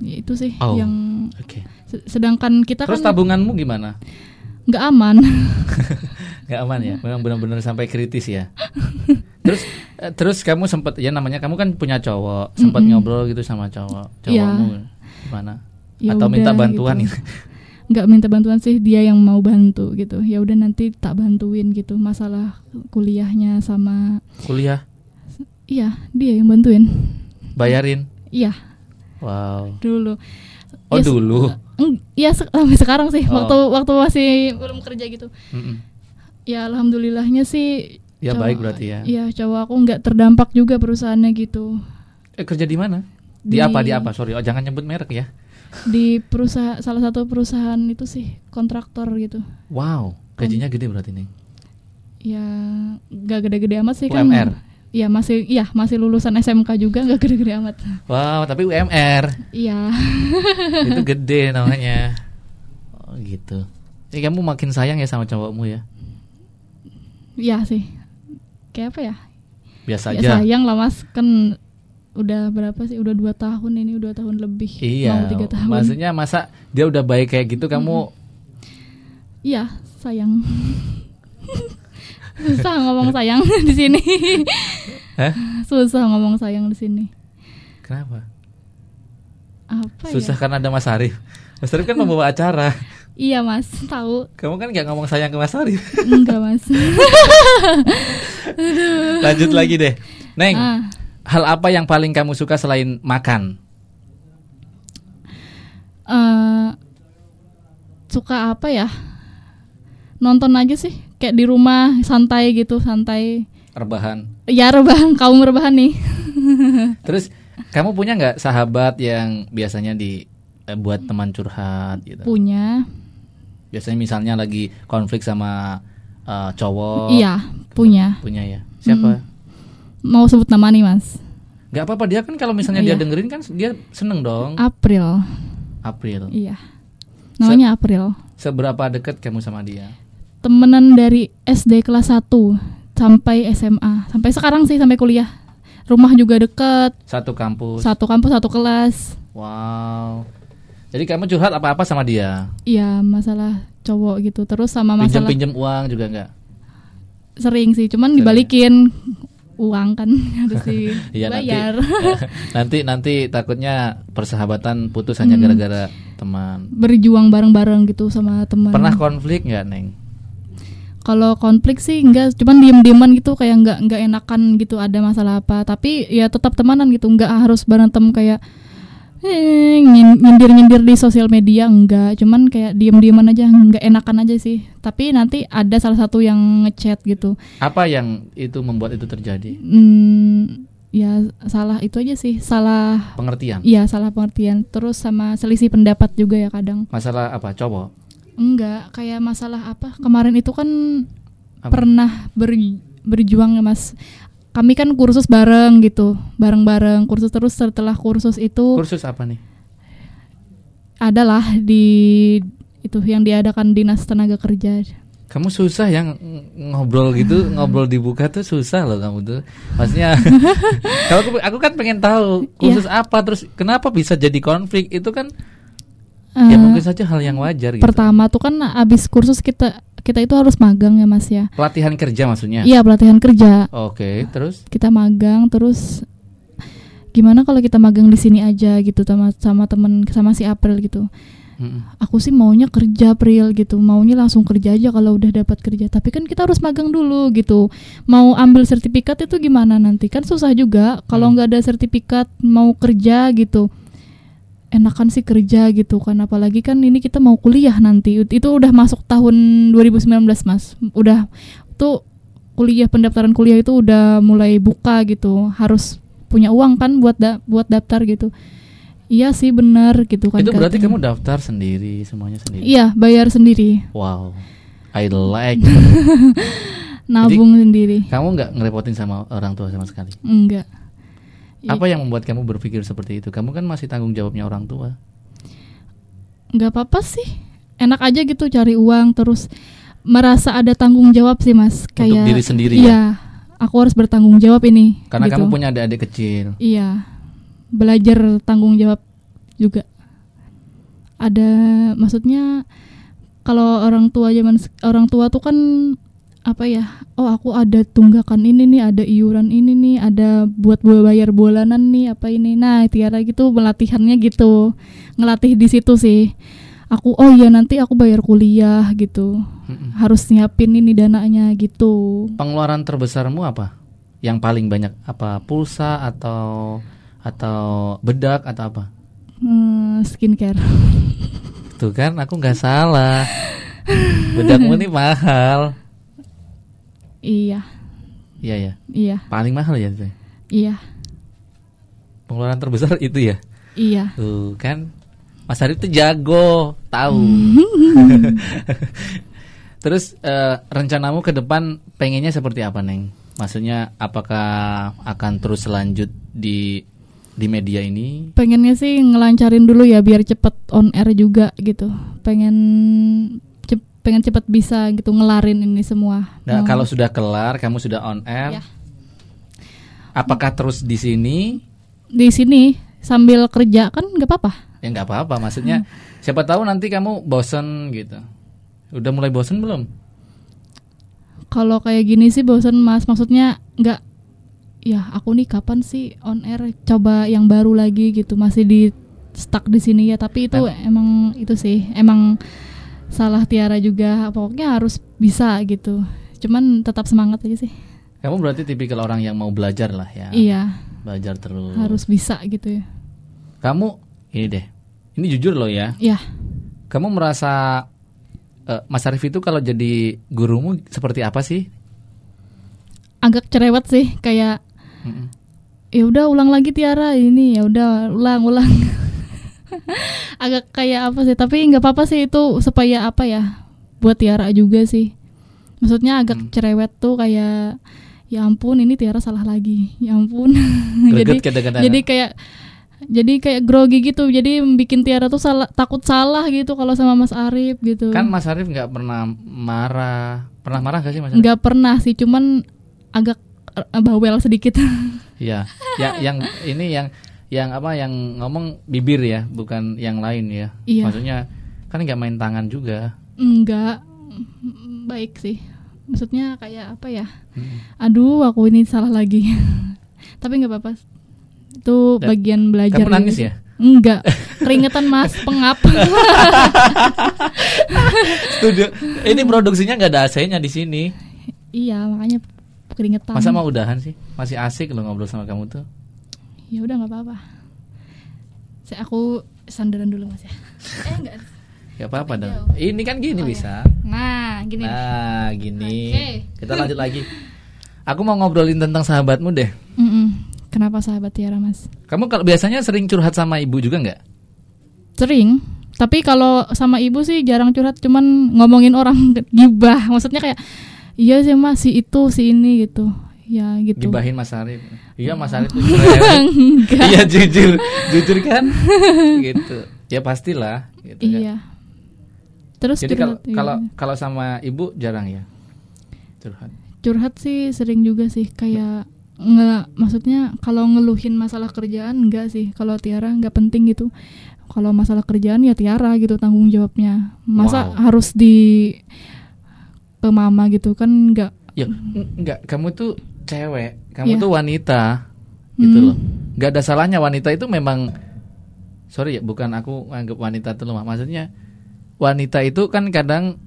Ya, itu sih Oh. yang Oke. se- sedangkan kita Terus kan tabunganmu gimana? nggak aman Gak aman ya? Memang benar-benar sampai kritis ya. terus eh, terus kamu sempat ya namanya kamu kan punya cowok, sempat Mm-mm. Iya. ngobrol gitu sama cowok. Cowokmu gimana? Ya Atau minta udah, bantuan gitu. nggak minta bantuan sih dia yang mau bantu gitu ya udah nanti tak bantuin gitu masalah kuliahnya sama kuliah iya dia yang bantuin bayarin. iya Wow. dulu Oh, Ya, se- dulu. Eng- iya se- sampai sekarang sih Oh. waktu waktu masih belum kerja gitu Mm-mm. ya alhamdulillahnya sih Ya cowok- baik berarti ya. iya cowok aku nggak terdampak juga perusahaannya gitu Eh, kerja di mana? Di- Di, apa? Di apa? Sorry, oh, jangan nyebut merek ya. di perusahaan salah satu perusahaan itu sih kontraktor gitu Wow, gajinya gede berarti nih. ya nggak gede-gede amat sih kan UMR. Iya masih iya masih lulusan SMK juga nggak gede-gede amat Wow, tapi UMR. iya itu gede namanya oh, gitu jadi kamu makin sayang ya sama cowokmu ya iya sih kayak apa ya biasa Ya aja sayang lah mas kan udah berapa sih udah dua tahun ini udah tahun lebih iya mau tiga tahun maksudnya masa dia udah baik kayak gitu kamu iya sayang susah ngomong sayang di sini Hah? susah ngomong sayang di sini kenapa apa ya susah karena ada Mas Arif Mas Arif kan membawa acara iya mas tahu kamu kan nggak ngomong sayang ke Mas Arif enggak mas lanjut lagi deh Neng Ah, hal apa yang paling kamu suka selain makan eh, suka apa ya nonton aja sih kayak di rumah santai gitu santai rebahan ya rebahan kaum rebahan nih terus kamu punya nggak sahabat yang biasanya di eh, buat teman curhat gitu punya biasanya misalnya lagi konflik sama eh, cowok iya punya Hmm. punya ya siapa mau sebut nama nih mas nggak apa-apa dia kan kalau misalnya dia Iya. dengerin kan dia seneng dong April April iya namanya April seberapa dekat kamu sama dia temenan dari SD kelas 1 sampai SMA sampai sekarang sih sampai kuliah rumah juga deket satu kampus satu kampus satu kelas wow jadi kamu curhat apa-apa sama dia iya masalah cowok gitu terus sama pinjam masalah pinjam uang juga nggak sering sih cuman Sering. ya? dibalikin uang kan harus Iya, nanti. dibayar nanti nanti takutnya persahabatan putus Hmm. hanya gara-gara teman berjuang bareng-bareng gitu sama teman pernah konflik nggak neng Kalau konflik sih enggak, cuman diem-dieman gitu kayak enggak enggak enakan gitu ada masalah apa. Tapi ya tetap temanan gitu, enggak harus berantem kayak eh, nyin- nyindir-nyindir di sosial media enggak, cuman kayak diem-dieman aja, enggak enakan aja sih. Tapi nanti ada salah satu yang ngechat gitu. apa yang itu membuat itu terjadi Hmm, ya salah itu aja sih, salah pengertian ya salah pengertian. Terus sama selisih pendapat juga ya kadang. masalah apa cowok Enggak, kayak masalah apa? Kemarin itu kan Apa? pernah ber- berjuang ya Mas. Kami kan kursus bareng gitu, bareng-bareng kursus terus setelah kursus itu kursus apa nih adalah di itu yang diadakan Dinas Tenaga Kerja. Ya, Kamu susah yang ngobrol gitu, ngobrol dibuka tuh susah loh kamu tuh. Maksudnya kalau aku, aku kan pengen tahu khusus Iya. apa terus kenapa bisa jadi konflik itu kan Eh, ya mungkin saja hal yang wajar gitu. Pertama tuh kan abis kursus kita kita itu harus magang ya Mas ya. Pelatihan kerja maksudnya. Iya, pelatihan kerja. Oke, terus Kita magang terus gimana kalau kita magang di sini aja gitu sama sama temen sama si April gitu. Mm-mm. aku sih maunya kerja April gitu maunya langsung kerja aja kalau udah dapat kerja tapi kan kita harus magang dulu gitu mau ambil sertifikat itu gimana nanti kan susah juga kalau Hmm. nggak ada sertifikat mau kerja gitu enakan sih kerja gitu kan apalagi kan ini kita mau kuliah nanti Ut- itu udah masuk tahun 2019 mas udah tuh kuliah pendaftaran kuliah itu udah mulai buka gitu harus punya uang kan buat da- buat daftar gitu iya sih benar gitu kan itu berarti katanya. kamu daftar sendiri semuanya sendiri. Iya, bayar sendiri, Wow. I like. nabung sendiri. kamu nggak ngerepotin sama orang tua sama sekali. Enggak. Ya, I- Apa ya? yang membuat kamu berpikir seperti itu? Kamu kan masih tanggung jawabnya orang tua. Enggak apa-apa sih. Enak aja gitu cari uang terus merasa ada tanggung jawab sih mas kayak diri sendiri ya? iya aku harus bertanggung jawab ini Karena gitu. kamu punya adik-adik kecil. iya belajar tanggung jawab juga ada maksudnya kalau orang tua zaman sek- orang tua tuh kan apa ya oh aku ada tunggakan ini nih ada iuran ini nih ada buat bu- bayar bulanan nih apa ini nah Tiara gitu pelatihannya gitu ngelatih di situ sih aku oh iya nanti aku bayar kuliah gitu Mm-mm. harus nyiapin ini dananya gitu Pengeluaran terbesarmu apa? Yang paling banyak apa? Pulsa atau atau bedak atau apa? Hmm, skincare Tuh kan aku nggak salah. Bedakmu ini mahal. iya Iya ya. iya Paling mahal ya. Teh? iya Pengeluaran terbesar itu ya. iya Tuh kan Mas Arif tuh jago, tahu. Terus eh, rencanamu ke depan pengennya seperti apa, Neng? Maksudnya apakah akan terus lanjut di di media ini? pengennya sih ngelancarin dulu ya biar cepet on air juga gitu pengen cep- pengen cepet bisa gitu ngelarin ini semua Mau- Nah, kalau sudah kelar, kamu sudah on Hmm. air. Ya. Apakah terus di sini? di sini sambil kerja kan nggak apa-apa Ya nggak apa-apa, Hmm. maksudnya siapa tahu nanti kamu bosen gitu. Udah mulai bosen belum? kalau kayak gini sih bosan mas maksudnya nggak ya aku nih kapan sih on air coba yang baru lagi gitu masih di stuck di sini ya tapi itu Nah. emang itu sih emang salah Tiara juga pokoknya harus bisa gitu cuman tetap semangat aja sih Kamu berarti tipikal orang yang mau belajar lah ya. iya Belajar terus. harus bisa gitu ya Kamu ini deh. Ini jujur loh ya. ya Kamu merasa eh, Mas Arif itu kalau jadi gurumu seperti apa sih? agak cerewet sih kayak Mm-mm. ya udah ulang lagi Tiara ini ya udah ulang ulang agak kayak apa sih tapi nggak apa-apa sih itu supaya apa ya buat Tiara juga sih maksudnya Hmm. agak cerewet tuh kayak ya ampun ini Tiara salah lagi ya ampun jadi Greget kadang-kadang. jadi kayak jadi kayak grogi gitu jadi bikin Tiara tuh salah takut salah gitu kalau sama Mas Arif gitu Kan Mas Arif nggak pernah marah. Pernah marah gak sih Mas Arif? nggak pernah sih cuman agak eh, bawel sedikit Iya. Ya, yang ini yang yang apa yang ngomong bibir ya, bukan yang lain ya. Iya. Maksudnya kan nggak main tangan juga. Enggak Mm, baik sih. Maksudnya kayak apa ya? Hmm. Aduh, aku ini salah lagi. Tapi nggak apa-apa. Itu Dan bagian belajar. Kamu nangis ya? Enggak. Keringetan Mas, pengap. Studio. Ini produksinya nggak ada AC-nya di sini. iya, makanya keringetan. Masa mau udahan sih? Masih asik loh ngobrol sama kamu tuh. Ya udah nggak apa-apa. Saya aku sandaran dulu Mas ya. Eh enggak. Gak apa-apa dong. jauh. Ini kan gini Oh, bisa. Nah, gini. Nah, gini. Oke. Kita lanjut lagi. Aku mau ngobrolin tentang sahabatmu deh. Mm-mm. Kenapa sahabat Tiara Mas? Kamu kalau biasanya sering curhat sama ibu juga nggak? Sering, tapi kalau sama ibu sih jarang curhat, cuman ngomongin orang gibah. Maksudnya kayak iya sih Mas, si itu, si ini gitu. Ya gitu. Gibahin Mas Arif. Iya Mas Arif tuh keren. Enggak. Iya jujur, jujur kan? gitu. Ya pastilah. Gitu kan. Iya. Terus Jadi kalau curhat, iya. kalau kalau sama ibu jarang ya curhat. curhat sih sering juga sih kayak nggak maksudnya kalau ngeluhin masalah kerjaan enggak sih kalau Tiara nggak penting gitu kalau masalah kerjaan ya Tiara gitu tanggung jawabnya masa Wow. harus di ke mama gitu kan nggak Ya enggak, kamu tuh cewek, kamu Iya. tuh wanita. Gitu Hmm. loh. Enggak ada salahnya wanita itu memang sorry ya, bukan aku anggap wanita itu lemah. Maksudnya wanita itu kan kadang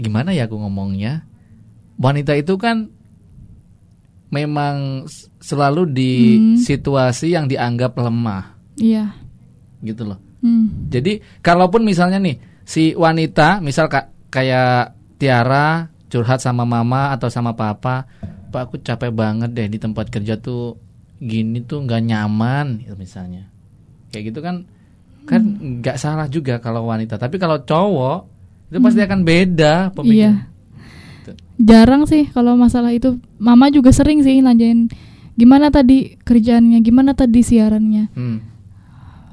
gimana ya aku ngomongnya? Wanita itu kan memang s- selalu di Hmm. situasi yang dianggap lemah iya gitu loh. Hmm. Jadi kalaupun misalnya nih si wanita misal ka- kayak Tiara curhat sama mama atau sama papa, "Pak, aku capek banget deh di tempat kerja tuh gini tuh nggak nyaman." gitu misalnya. Kayak gitu kan kan Hmm. nggak salah juga kalau wanita. Tapi kalau cowok itu pasti akan beda pemikiran. Hmm. Iya. Jarang sih kalau masalah itu. Mama juga sering sih nanyain gimana tadi kerjaannya, gimana tadi siarannya. Hmm.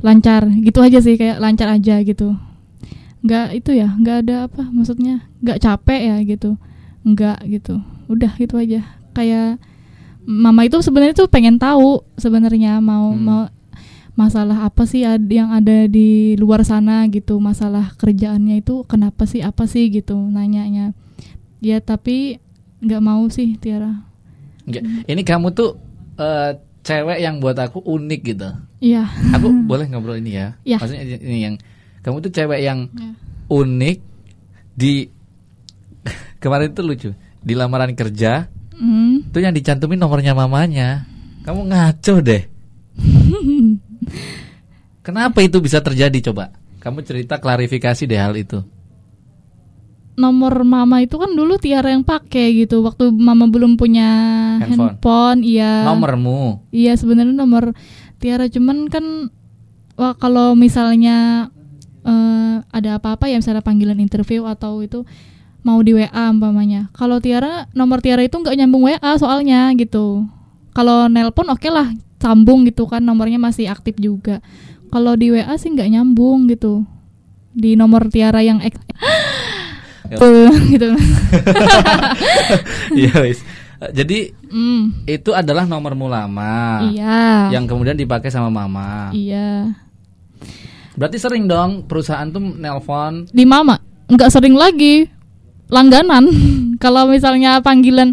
Lancar, gitu aja sih kayak lancar aja gitu. nggak itu ya nggak ada apa maksudnya nggak capek ya gitu nggak gitu udah gitu aja kayak mama itu sebenarnya tuh pengen tahu sebenarnya mau Hmm. mau masalah apa sih ad- yang ada di luar sana gitu masalah kerjaannya itu kenapa sih apa sih gitu nanyanya ya tapi nggak mau sih Tiara Nggak. Ya, Hmm. Ini kamu tuh eh, cewek yang buat aku unik gitu. iya Aku boleh ngobrol ini ya? Iya. Maksudnya ini yang kamu tuh cewek yang Iya. unik di kemarin tuh lucu di lamaran kerja Hmm. tuh yang dicantumin nomornya mamanya. Kamu ngaco deh. Kenapa itu bisa terjadi coba? Kamu cerita klarifikasi deh hal itu. nomor mama itu kan dulu Tiara yang pakai gitu waktu mama belum punya Handphone. handphone, iya Nomormu. iya sebenarnya nomor Tiara cuman kan wah kalau misalnya eh, ada apa-apa ya misalnya panggilan interview atau itu mau di WA umpamanya kalau Tiara nomor Tiara itu nggak nyambung WA soalnya gitu kalau nelpon oke lah sambung gitu kan nomornya masih aktif juga kalau di WA sih nggak nyambung gitu di nomor Tiara yang ek- tuh gitu Iya, wis. Eh, Jadi Mm, itu adalah nomormu lama iya yang kemudian dipakai sama mama. iya Berarti sering dong perusahaan tuh nelpon di mama nggak sering lagi langganan kalau misalnya panggilan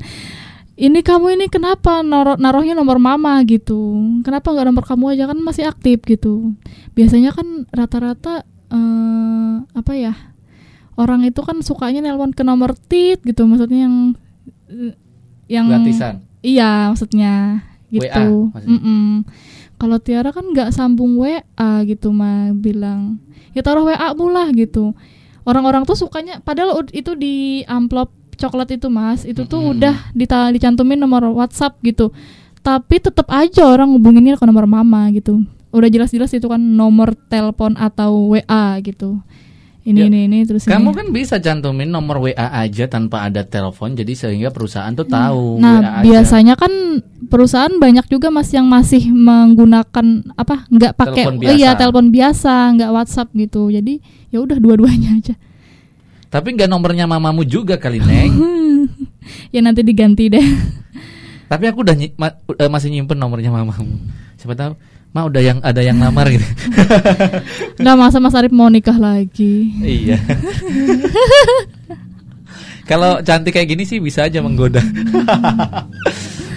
ini kamu ini kenapa naro- naruhnya nomor mama gitu kenapa nggak nomor kamu aja kan masih aktif gitu biasanya kan rata-rata eh, apa ya orang itu kan sukanya nelpon ke nomor tit gitu maksudnya yang eh, yang gratisan. Iya, maksudnya gitu. WA, maksudnya. Mm-mm. Kalau Tiara kan nggak sambung WA gitu mah bilang ya taruh WA mula gitu. Orang-orang tuh sukanya padahal ud- itu di amplop coklat itu mas itu tuh Mm-mm. udah dita- dicantumin nomor WhatsApp gitu. Tapi tetap aja orang ngubunginnya ke nomor mama gitu. Udah jelas-jelas itu kan nomor telepon atau WA gitu. Ini Ya. ini ini terus Kamu ini. kan bisa cantumin nomor WA aja tanpa ada telepon jadi sehingga perusahaan tuh tahu Nah, WA aja. biasanya kan perusahaan banyak juga Mas yang masih menggunakan apa? nggak pakai Telepon oh iya biasa. telepon biasa, nggak WhatsApp gitu. Jadi ya udah dua-duanya aja. Tapi nggak nomornya mamamu juga kali, Neng. Ya nanti diganti deh. Tapi aku udah nyi- ma- eh, masih nyimpen nomornya mamamu. Siapa tahu Ma udah yang ada yang lamar gitu. Nggak masa Mas Arif mau nikah lagi. iya. Kalau cantik kayak gini sih bisa aja menggoda.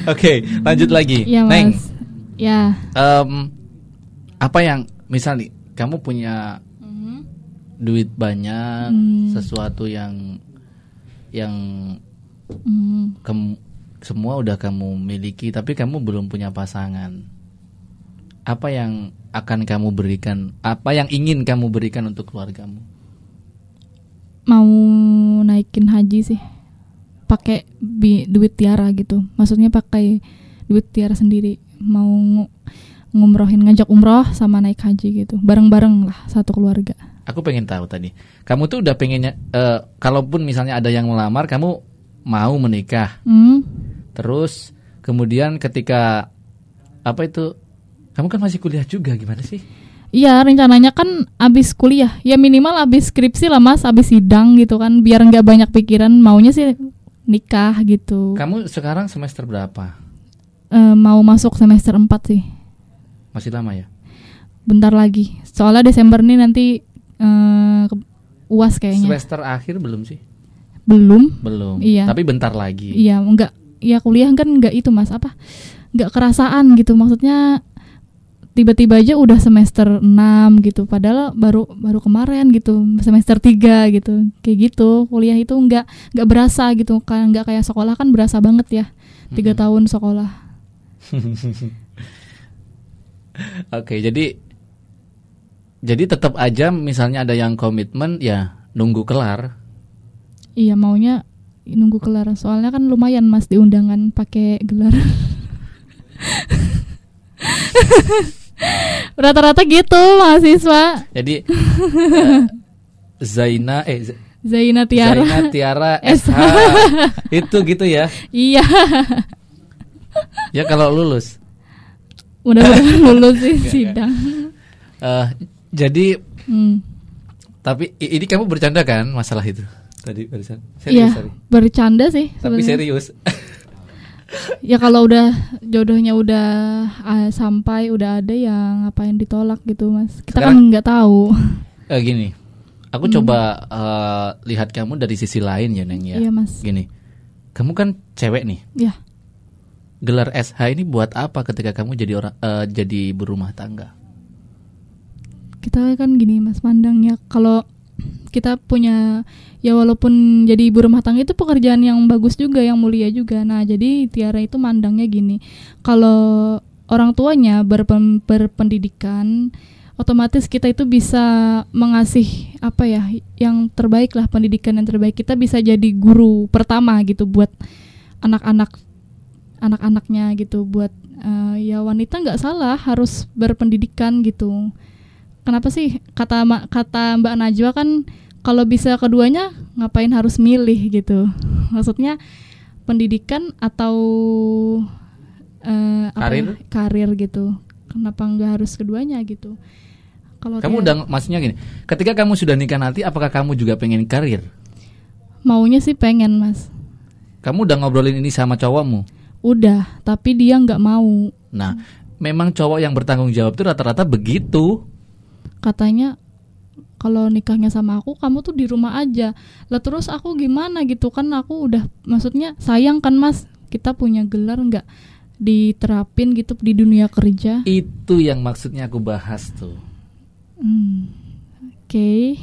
Oke, lanjut lagi. Iya, Mas. Neng, Ya. Em, apa yang misal nih kamu punya Mhm. duit banyak Hmm. sesuatu yang yang Hmm. kem- semua udah kamu miliki tapi kamu belum punya pasangan apa yang akan kamu berikan apa yang ingin kamu berikan untuk keluargamu Mau naikin haji sih. Pakai bi- duit Tiara gitu. Maksudnya pakai duit Tiara sendiri. Mau ngu- ngumrohin ngajak umroh sama naik haji gitu. Bareng-bareng lah satu keluarga. aku pengen tahu tadi kamu tuh udah pengennya eh, kalaupun misalnya ada yang melamar kamu mau menikah Hmm. Terus kemudian ketika apa itu kamu kan masih kuliah juga gimana sih? Iya rencananya kan abis kuliah ya minimal abis skripsi lah mas abis sidang gitu kan biar nggak banyak pikiran maunya sih nikah gitu Kamu sekarang semester berapa? Eh, mau masuk semester 4 sih Masih lama ya? bentar lagi soalnya Desember nih nanti eh, ke- uas kayaknya Semester akhir belum sih? belum Belum. Iya. Tapi bentar lagi. iya nggak ya kuliah kan nggak itu mas apa nggak kerasaan gitu maksudnya tiba-tiba aja udah semester 6 gitu padahal baru baru kemarin gitu semester 3 gitu kayak gitu kuliah itu nggak nggak berasa gitu kan nggak kayak sekolah kan berasa banget ya tiga tahun Mm-mm. sekolah Oke, jadi jadi tetap aja misalnya ada yang komitmen ya nunggu kelar. iya maunya nunggu kelar soalnya kan lumayan mas di undangan pakai gelar rata-rata gitu mahasiswa Jadi eh, Zaina eh Z- Zaina Tiara Eh, Zaina Tiara SH itu gitu ya. iya Ya kalau lulus. mudah-mudahan lulus sih sidang Eh, jadi Hmm. Tapi i- ini kamu bercanda kan masalah itu? Tadi barusan. Serius, Iya, sorry. bercanda sih. Tapi sebenarnya. serius. Ya kalau udah jodohnya udah ah, sampai udah ada yang ngapain ditolak gitu mas. Kita kan Sekarang- nggak tahu. Eh, gini. Aku Hmm. coba eh, lihat kamu dari sisi lain ya Neng ya. Iya, Mas. Gini. Kamu kan cewek nih. ya, Gelar SH ini buat apa ketika kamu jadi orang eh, jadi berumah tangga? kita kan gini mas pandangnya kalau kita punya ya walaupun jadi ibu rumah tangga itu pekerjaan yang bagus juga yang mulia juga nah jadi Tiara itu mandangnya gini kalau orang tuanya berpen- berpendidikan otomatis kita itu bisa mengasih apa ya yang terbaik lah pendidikan yang terbaik kita bisa jadi guru pertama gitu buat anak-anak anak-anaknya gitu buat eh, ya wanita nggak salah harus berpendidikan gitu kenapa sih kata ma- kata Mbak Najwa kan kalau bisa keduanya ngapain harus milih gitu maksudnya pendidikan atau eh, apa Karir? ya, karir gitu kenapa nggak harus keduanya gitu kalau Kamu dia udah maksudnya gini. Ketika kamu sudah nikah nanti apakah kamu juga pengen karir? maunya sih pengen mas Kamu udah ngobrolin ini sama cowokmu. udah tapi dia nggak mau Nah, memang cowok yang bertanggung jawab itu rata-rata begitu. katanya kalau nikahnya sama aku kamu tuh di rumah aja lah terus aku gimana gitu kan aku udah maksudnya sayang kan mas kita punya gelar nggak diterapin gitu di dunia kerja Itu yang maksudnya aku bahas tuh. Hmm, oke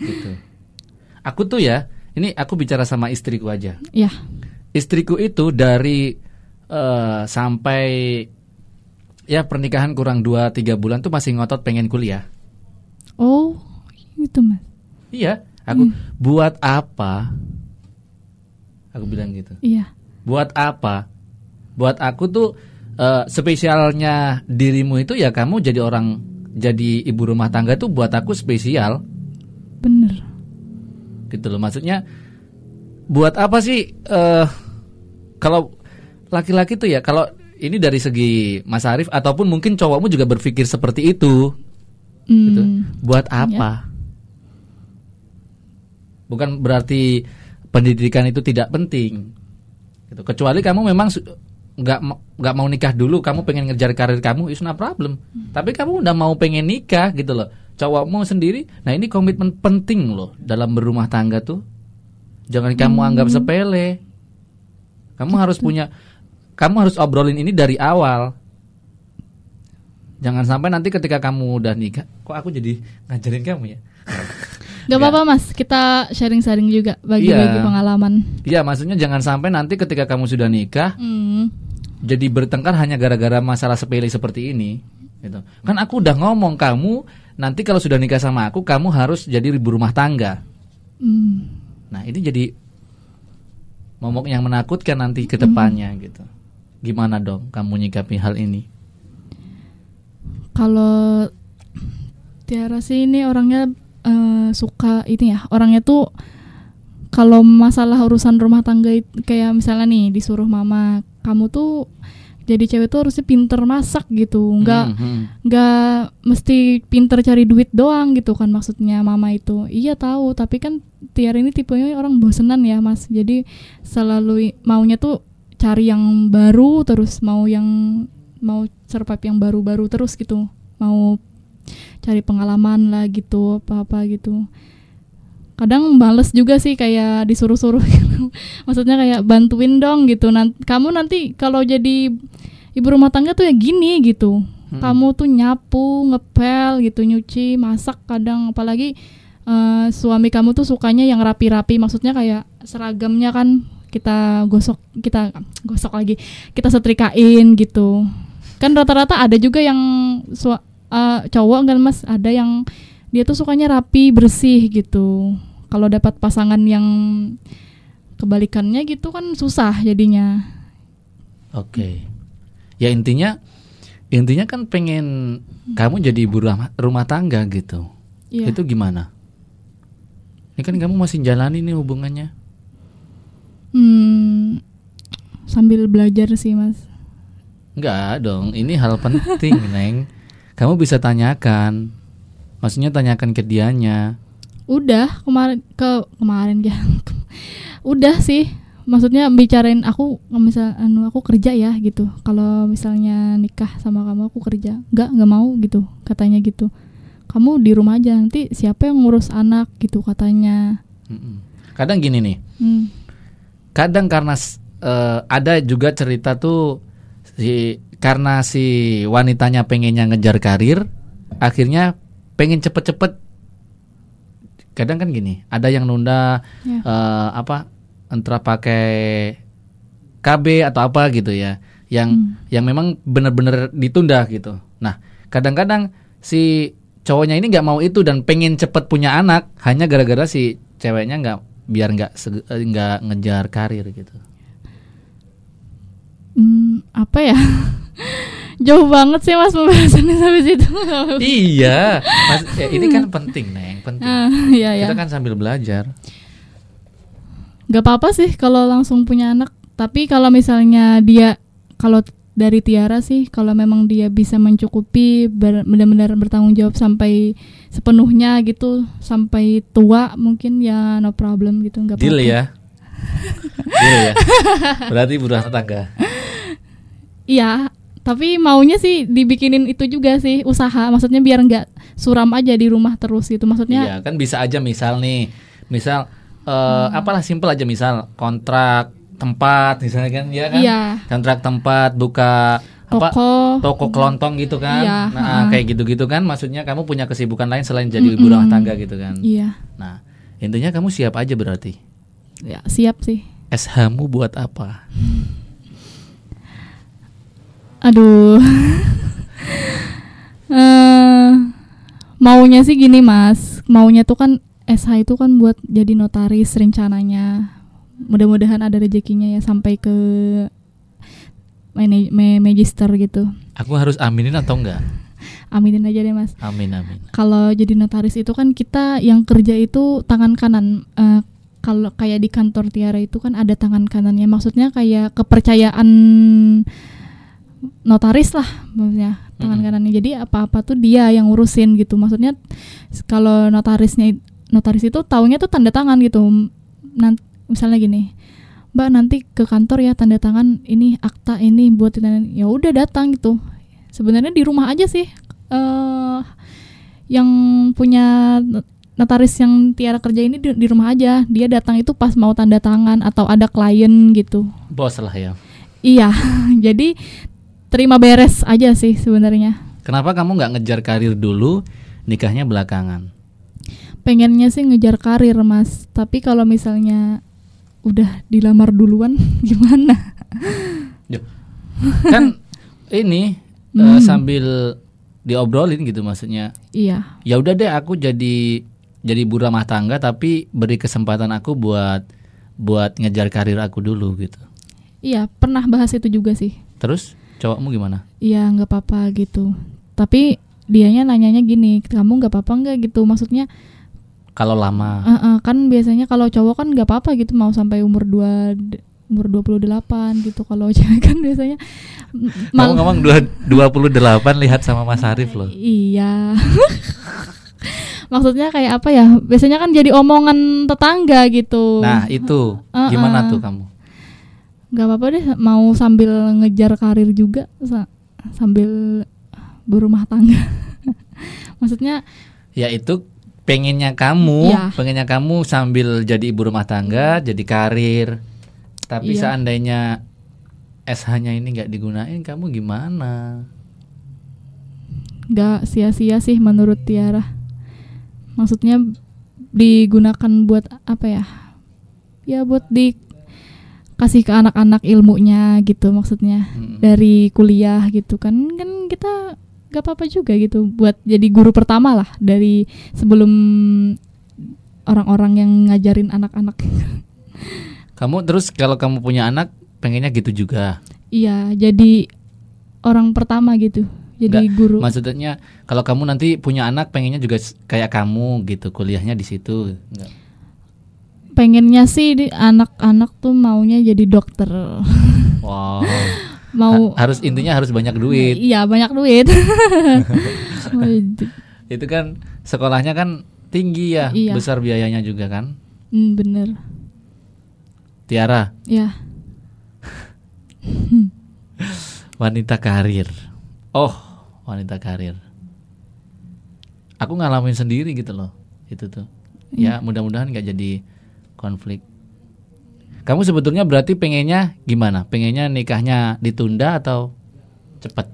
Gitu. Aku tuh ya, ini aku bicara sama istriku aja. ya Istriku itu dari eh, sampai ya pernikahan kurang 2 3 bulan tuh masih ngotot pengen kuliah. oh gitu mas Iya, aku buat apa? Aku bilang gitu. iya Buat apa? Buat aku tuh eh, spesialnya dirimu itu ya kamu jadi orang jadi ibu rumah tangga tuh buat aku spesial bener gitu loh. Maksudnya buat apa sih eh kalau laki-laki tuh ya kalau ini dari segi Mas Arief ataupun mungkin cowokmu juga berpikir seperti itu Hmm, gitu. Buat apa? Bukan berarti pendidikan itu tidak penting. Gitu. Kecuali kamu memang su- nggak ma- nggak mau nikah dulu, kamu pengen ngejar karir kamu, it's not problem. Tapi kamu udah mau pengen nikah gitu loh. Cowokmu sendiri, nah ini komitmen penting loh dalam berumah tangga tuh. Jangan kamu anggap sepele. Kamu harus punya, kamu harus obrolin ini dari awal. Jangan sampai nanti ketika kamu udah nikah, kok aku jadi ngajarin kamu ya? nggak apa-apa mas kita sharing-sharing juga bagi-bagi Iya. pengalaman Iya, maksudnya jangan sampai nanti ketika kamu sudah nikah Hmm, jadi bertengkar hanya gara-gara masalah sepele seperti ini. Gitu. Kan aku udah ngomong kamu nanti kalau sudah nikah sama aku kamu harus jadi ibu rumah tangga. hmm. Nah, ini jadi momok yang menakutkan nanti ke depannya gitu. Gimana dong kamu nyikapi hal ini? Kalau Tiara sih ini orangnya eh, suka ini ya orangnya tuh kalau masalah urusan rumah tangga it- kayak misalnya nih disuruh mama kamu tuh jadi cewek tuh harusnya pinter masak gitu nggak Hmm, hmm. nggak mesti pinter cari duit doang gitu kan maksudnya mama itu iya tahu tapi kan Tiara ini tipenya orang bosenan ya mas jadi selalu i- maunya tuh cari yang baru terus mau yang mau survive yang baru-baru terus gitu mau cari pengalaman lah gitu apa-apa gitu kadang bales juga sih kayak disuruh-suruh gitu. maksudnya kayak bantuin dong gitu Nan- kamu nanti kalau jadi ibu rumah tangga tuh ya gini gitu kamu tuh nyapu ngepel gitu nyuci masak kadang apalagi eh, suami kamu tuh sukanya yang rapi-rapi maksudnya kayak seragamnya kan kita gosok kita gosok lagi kita setrikain gitu kan rata-rata ada juga yang sua- eh, cowok kan mas ada yang dia tuh sukanya rapi bersih gitu kalau dapat pasangan yang kebalikannya gitu kan susah jadinya Oke. Ya intinya intinya kan pengen kamu jadi ibu rumah, rumah tangga gitu. Iya. Itu gimana? Ini kan kamu masih jalani nih hubungannya. Hmm, sambil belajar sih mas Enggak dong, ini hal penting, Neng. Kamu bisa tanyakan. Maksudnya tanyakan ke dianya. udah kemarin ke kemarin ya udah sih maksudnya bicarain aku misal anu aku kerja ya gitu kalau misalnya nikah sama kamu aku kerja nggak nggak mau gitu katanya gitu kamu di rumah aja nanti siapa yang ngurus anak gitu katanya Mm-mm. Kadang gini nih, hmm. kadang karena s- eh, ada juga cerita tuh si karena si wanitanya pengennya ngejar karir, akhirnya pengen cepet-cepet. Kadang kan gini, ada yang nunda Ya. eh, apa entah pakai KB atau apa gitu ya, yang Hmm. yang memang benar-benar ditunda gitu. Nah, kadang-kadang si cowoknya ini nggak mau itu dan pengen cepet punya anak hanya gara-gara si ceweknya nggak biar nggak sege- eh, nggak ngejar karir gitu. Hmm, apa ya jauh banget sih mas pembahasannya sampai situ iya, Mas- ya, ini kan penting neng, penting. Ah, iya ya Kita kan sambil belajar. nggak apa-apa sih kalau langsung punya anak tapi kalau misalnya dia kalau dari Tiara sih kalau memang dia bisa mencukupi ber- benar-benar bertanggung jawab sampai sepenuhnya gitu sampai tua mungkin ya no problem gitu nggak Deal apa-apa ya. Deal ya. Berarti berumah tangga. Iya, tapi maunya sih dibikinin itu juga sih usaha. Maksudnya biar nggak suram aja di rumah terus gitu. Maksudnya Iya kan bisa aja misal nih, misal eh Hmm. apalah simpel aja misal kontrak tempat misalnya kan, ya kan? Iya. Kontrak tempat buka apa? toko Toko kelontong gitu kan, Iya, nah heeh. kayak gitu-gitu kan, maksudnya kamu punya kesibukan lain selain jadi ibu rumah tangga gitu kan. iya, Nah intinya kamu siap aja berarti. ya, siap sih. SH-mu buat apa? Aduh. eh maunya sih gini, Mas. Maunya tuh kan SH itu kan buat jadi notaris rencananya. Mudah-mudahan ada rezekinya ya sampai ke mane- ma- magister gitu. Aku harus aminin atau enggak? Aminin aja deh, Mas. Amin amin. kalau jadi notaris itu kan kita yang kerja itu tangan kanan Eh, kalau kayak di kantor Tiara itu kan ada tangan kanannya maksudnya kayak kepercayaan notaris lah maksudnya tangan Mm-mm. kanannya jadi apa-apa tuh dia yang ngurusin gitu maksudnya s- kalau notarisnya notaris itu taunya tuh tanda tangan gitu Nan- misalnya gini Mbak nanti ke kantor ya tanda tangan ini akta ini buat ditanda- ya udah datang gitu sebenarnya di rumah aja sih eh yang punya notaris yang Tiara kerja ini di, di rumah aja. Dia datang itu pas mau tanda tangan atau ada klien gitu. Bos lah ya. Iya, jadi terima beres aja sih sebenarnya. Kenapa kamu nggak ngejar karir dulu, nikahnya belakangan? Pengennya sih ngejar karir, Mas. Tapi kalau misalnya udah dilamar duluan gimana? Yo. Iya. kan ini eh, Hmm. sambil diobrolin gitu maksudnya. Iya. Ya udah deh aku jadi jadi ibu rumah tangga tapi beri kesempatan aku buat buat ngejar karir aku dulu gitu. Iya, pernah bahas itu juga sih. Terus cowokmu gimana? Iya nggak apa-apa gitu. Tapi dianya nanyanya gini, kamu nggak apa-apa nggak gitu? Maksudnya Kalau lama Heeh, kan biasanya kalau cowok kan nggak apa-apa gitu mau sampai umur 2 umur 28 gitu kalau cewek kan biasanya m- mal- Kamu ngomong dua- 28 lihat sama Mas Arif loh. Iya. Maksudnya kayak apa ya? Biasanya kan jadi omongan tetangga gitu. Nah, itu eh. gimana tuh kamu? nggak apa-apa deh mau sambil ngejar karir juga sa- sambil berumah tangga. Maksudnya Ya itu pengennya kamu, Iya. pengennya kamu sambil jadi ibu rumah tangga, jadi karir. Tapi Iya. seandainya SH-nya ini nggak digunain, kamu gimana? nggak sia-sia sih menurut Tiara. Maksudnya digunakan buat apa ya? Ya buat dikasih ke anak-anak ilmunya gitu maksudnya Mm-mm. dari kuliah gitu kan kan kita nggak apa-apa juga gitu buat jadi guru pertama lah dari sebelum orang-orang yang ngajarin anak-anak. Kamu terus kalau kamu punya anak, pengennya gitu juga. Iya, jadi orang pertama gitu. Jadi Nggak, guru. Maksudnya kalau kamu nanti punya anak, pengennya juga s- kayak kamu gitu, kuliahnya di situ. Nggak. Pengennya sih di- anak-anak tuh maunya jadi dokter. Wow. Mau Ha- harus intinya harus banyak duit. Iya banyak duit. Wajib. Itu kan sekolahnya kan tinggi ya, Iya. besar biayanya juga kan. Hmm, bener. Tiara, Ya. wanita karir. Oh, wanita karir. Aku ngalamin sendiri gitu loh, itu tuh. Ya, mudah-mudahan nggak jadi konflik. Kamu sebetulnya berarti pengennya gimana? Pengennya nikahnya ditunda atau cepet?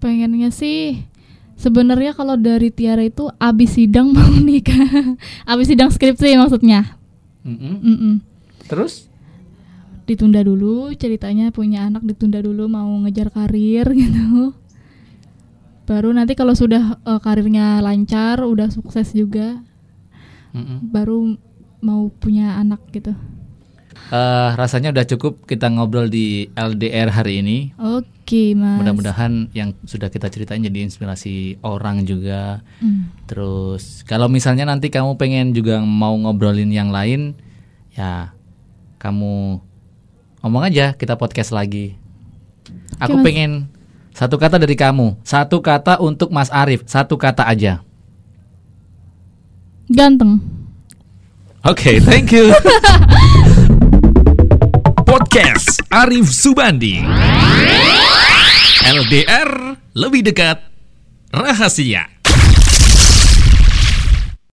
Pengennya sih sebenarnya kalau dari Tiara itu abis sidang mau nikah. abis sidang skripsi maksudnya. Mm-mm. Mm-mm. Terus? Ditunda dulu ceritanya punya anak ditunda dulu mau ngejar karir gitu. Baru nanti kalau sudah eh, karirnya lancar, udah sukses juga, Mm-mm. baru mau punya anak gitu. Eh, rasanya udah cukup kita ngobrol di LDR hari ini. Oke, Mas. Mudah-mudahan yang sudah kita ceritain jadi inspirasi orang juga. Hmm. Terus kalau misalnya nanti kamu pengen juga mau ngobrolin yang lain, ya kamu ngomong aja kita podcast lagi. Aku Mas. pengen satu kata dari kamu, satu kata untuk Mas Arief, satu kata aja. Ganteng. Oke, thank you. Podcast Arif Subandi. LDR lebih dekat rahasia.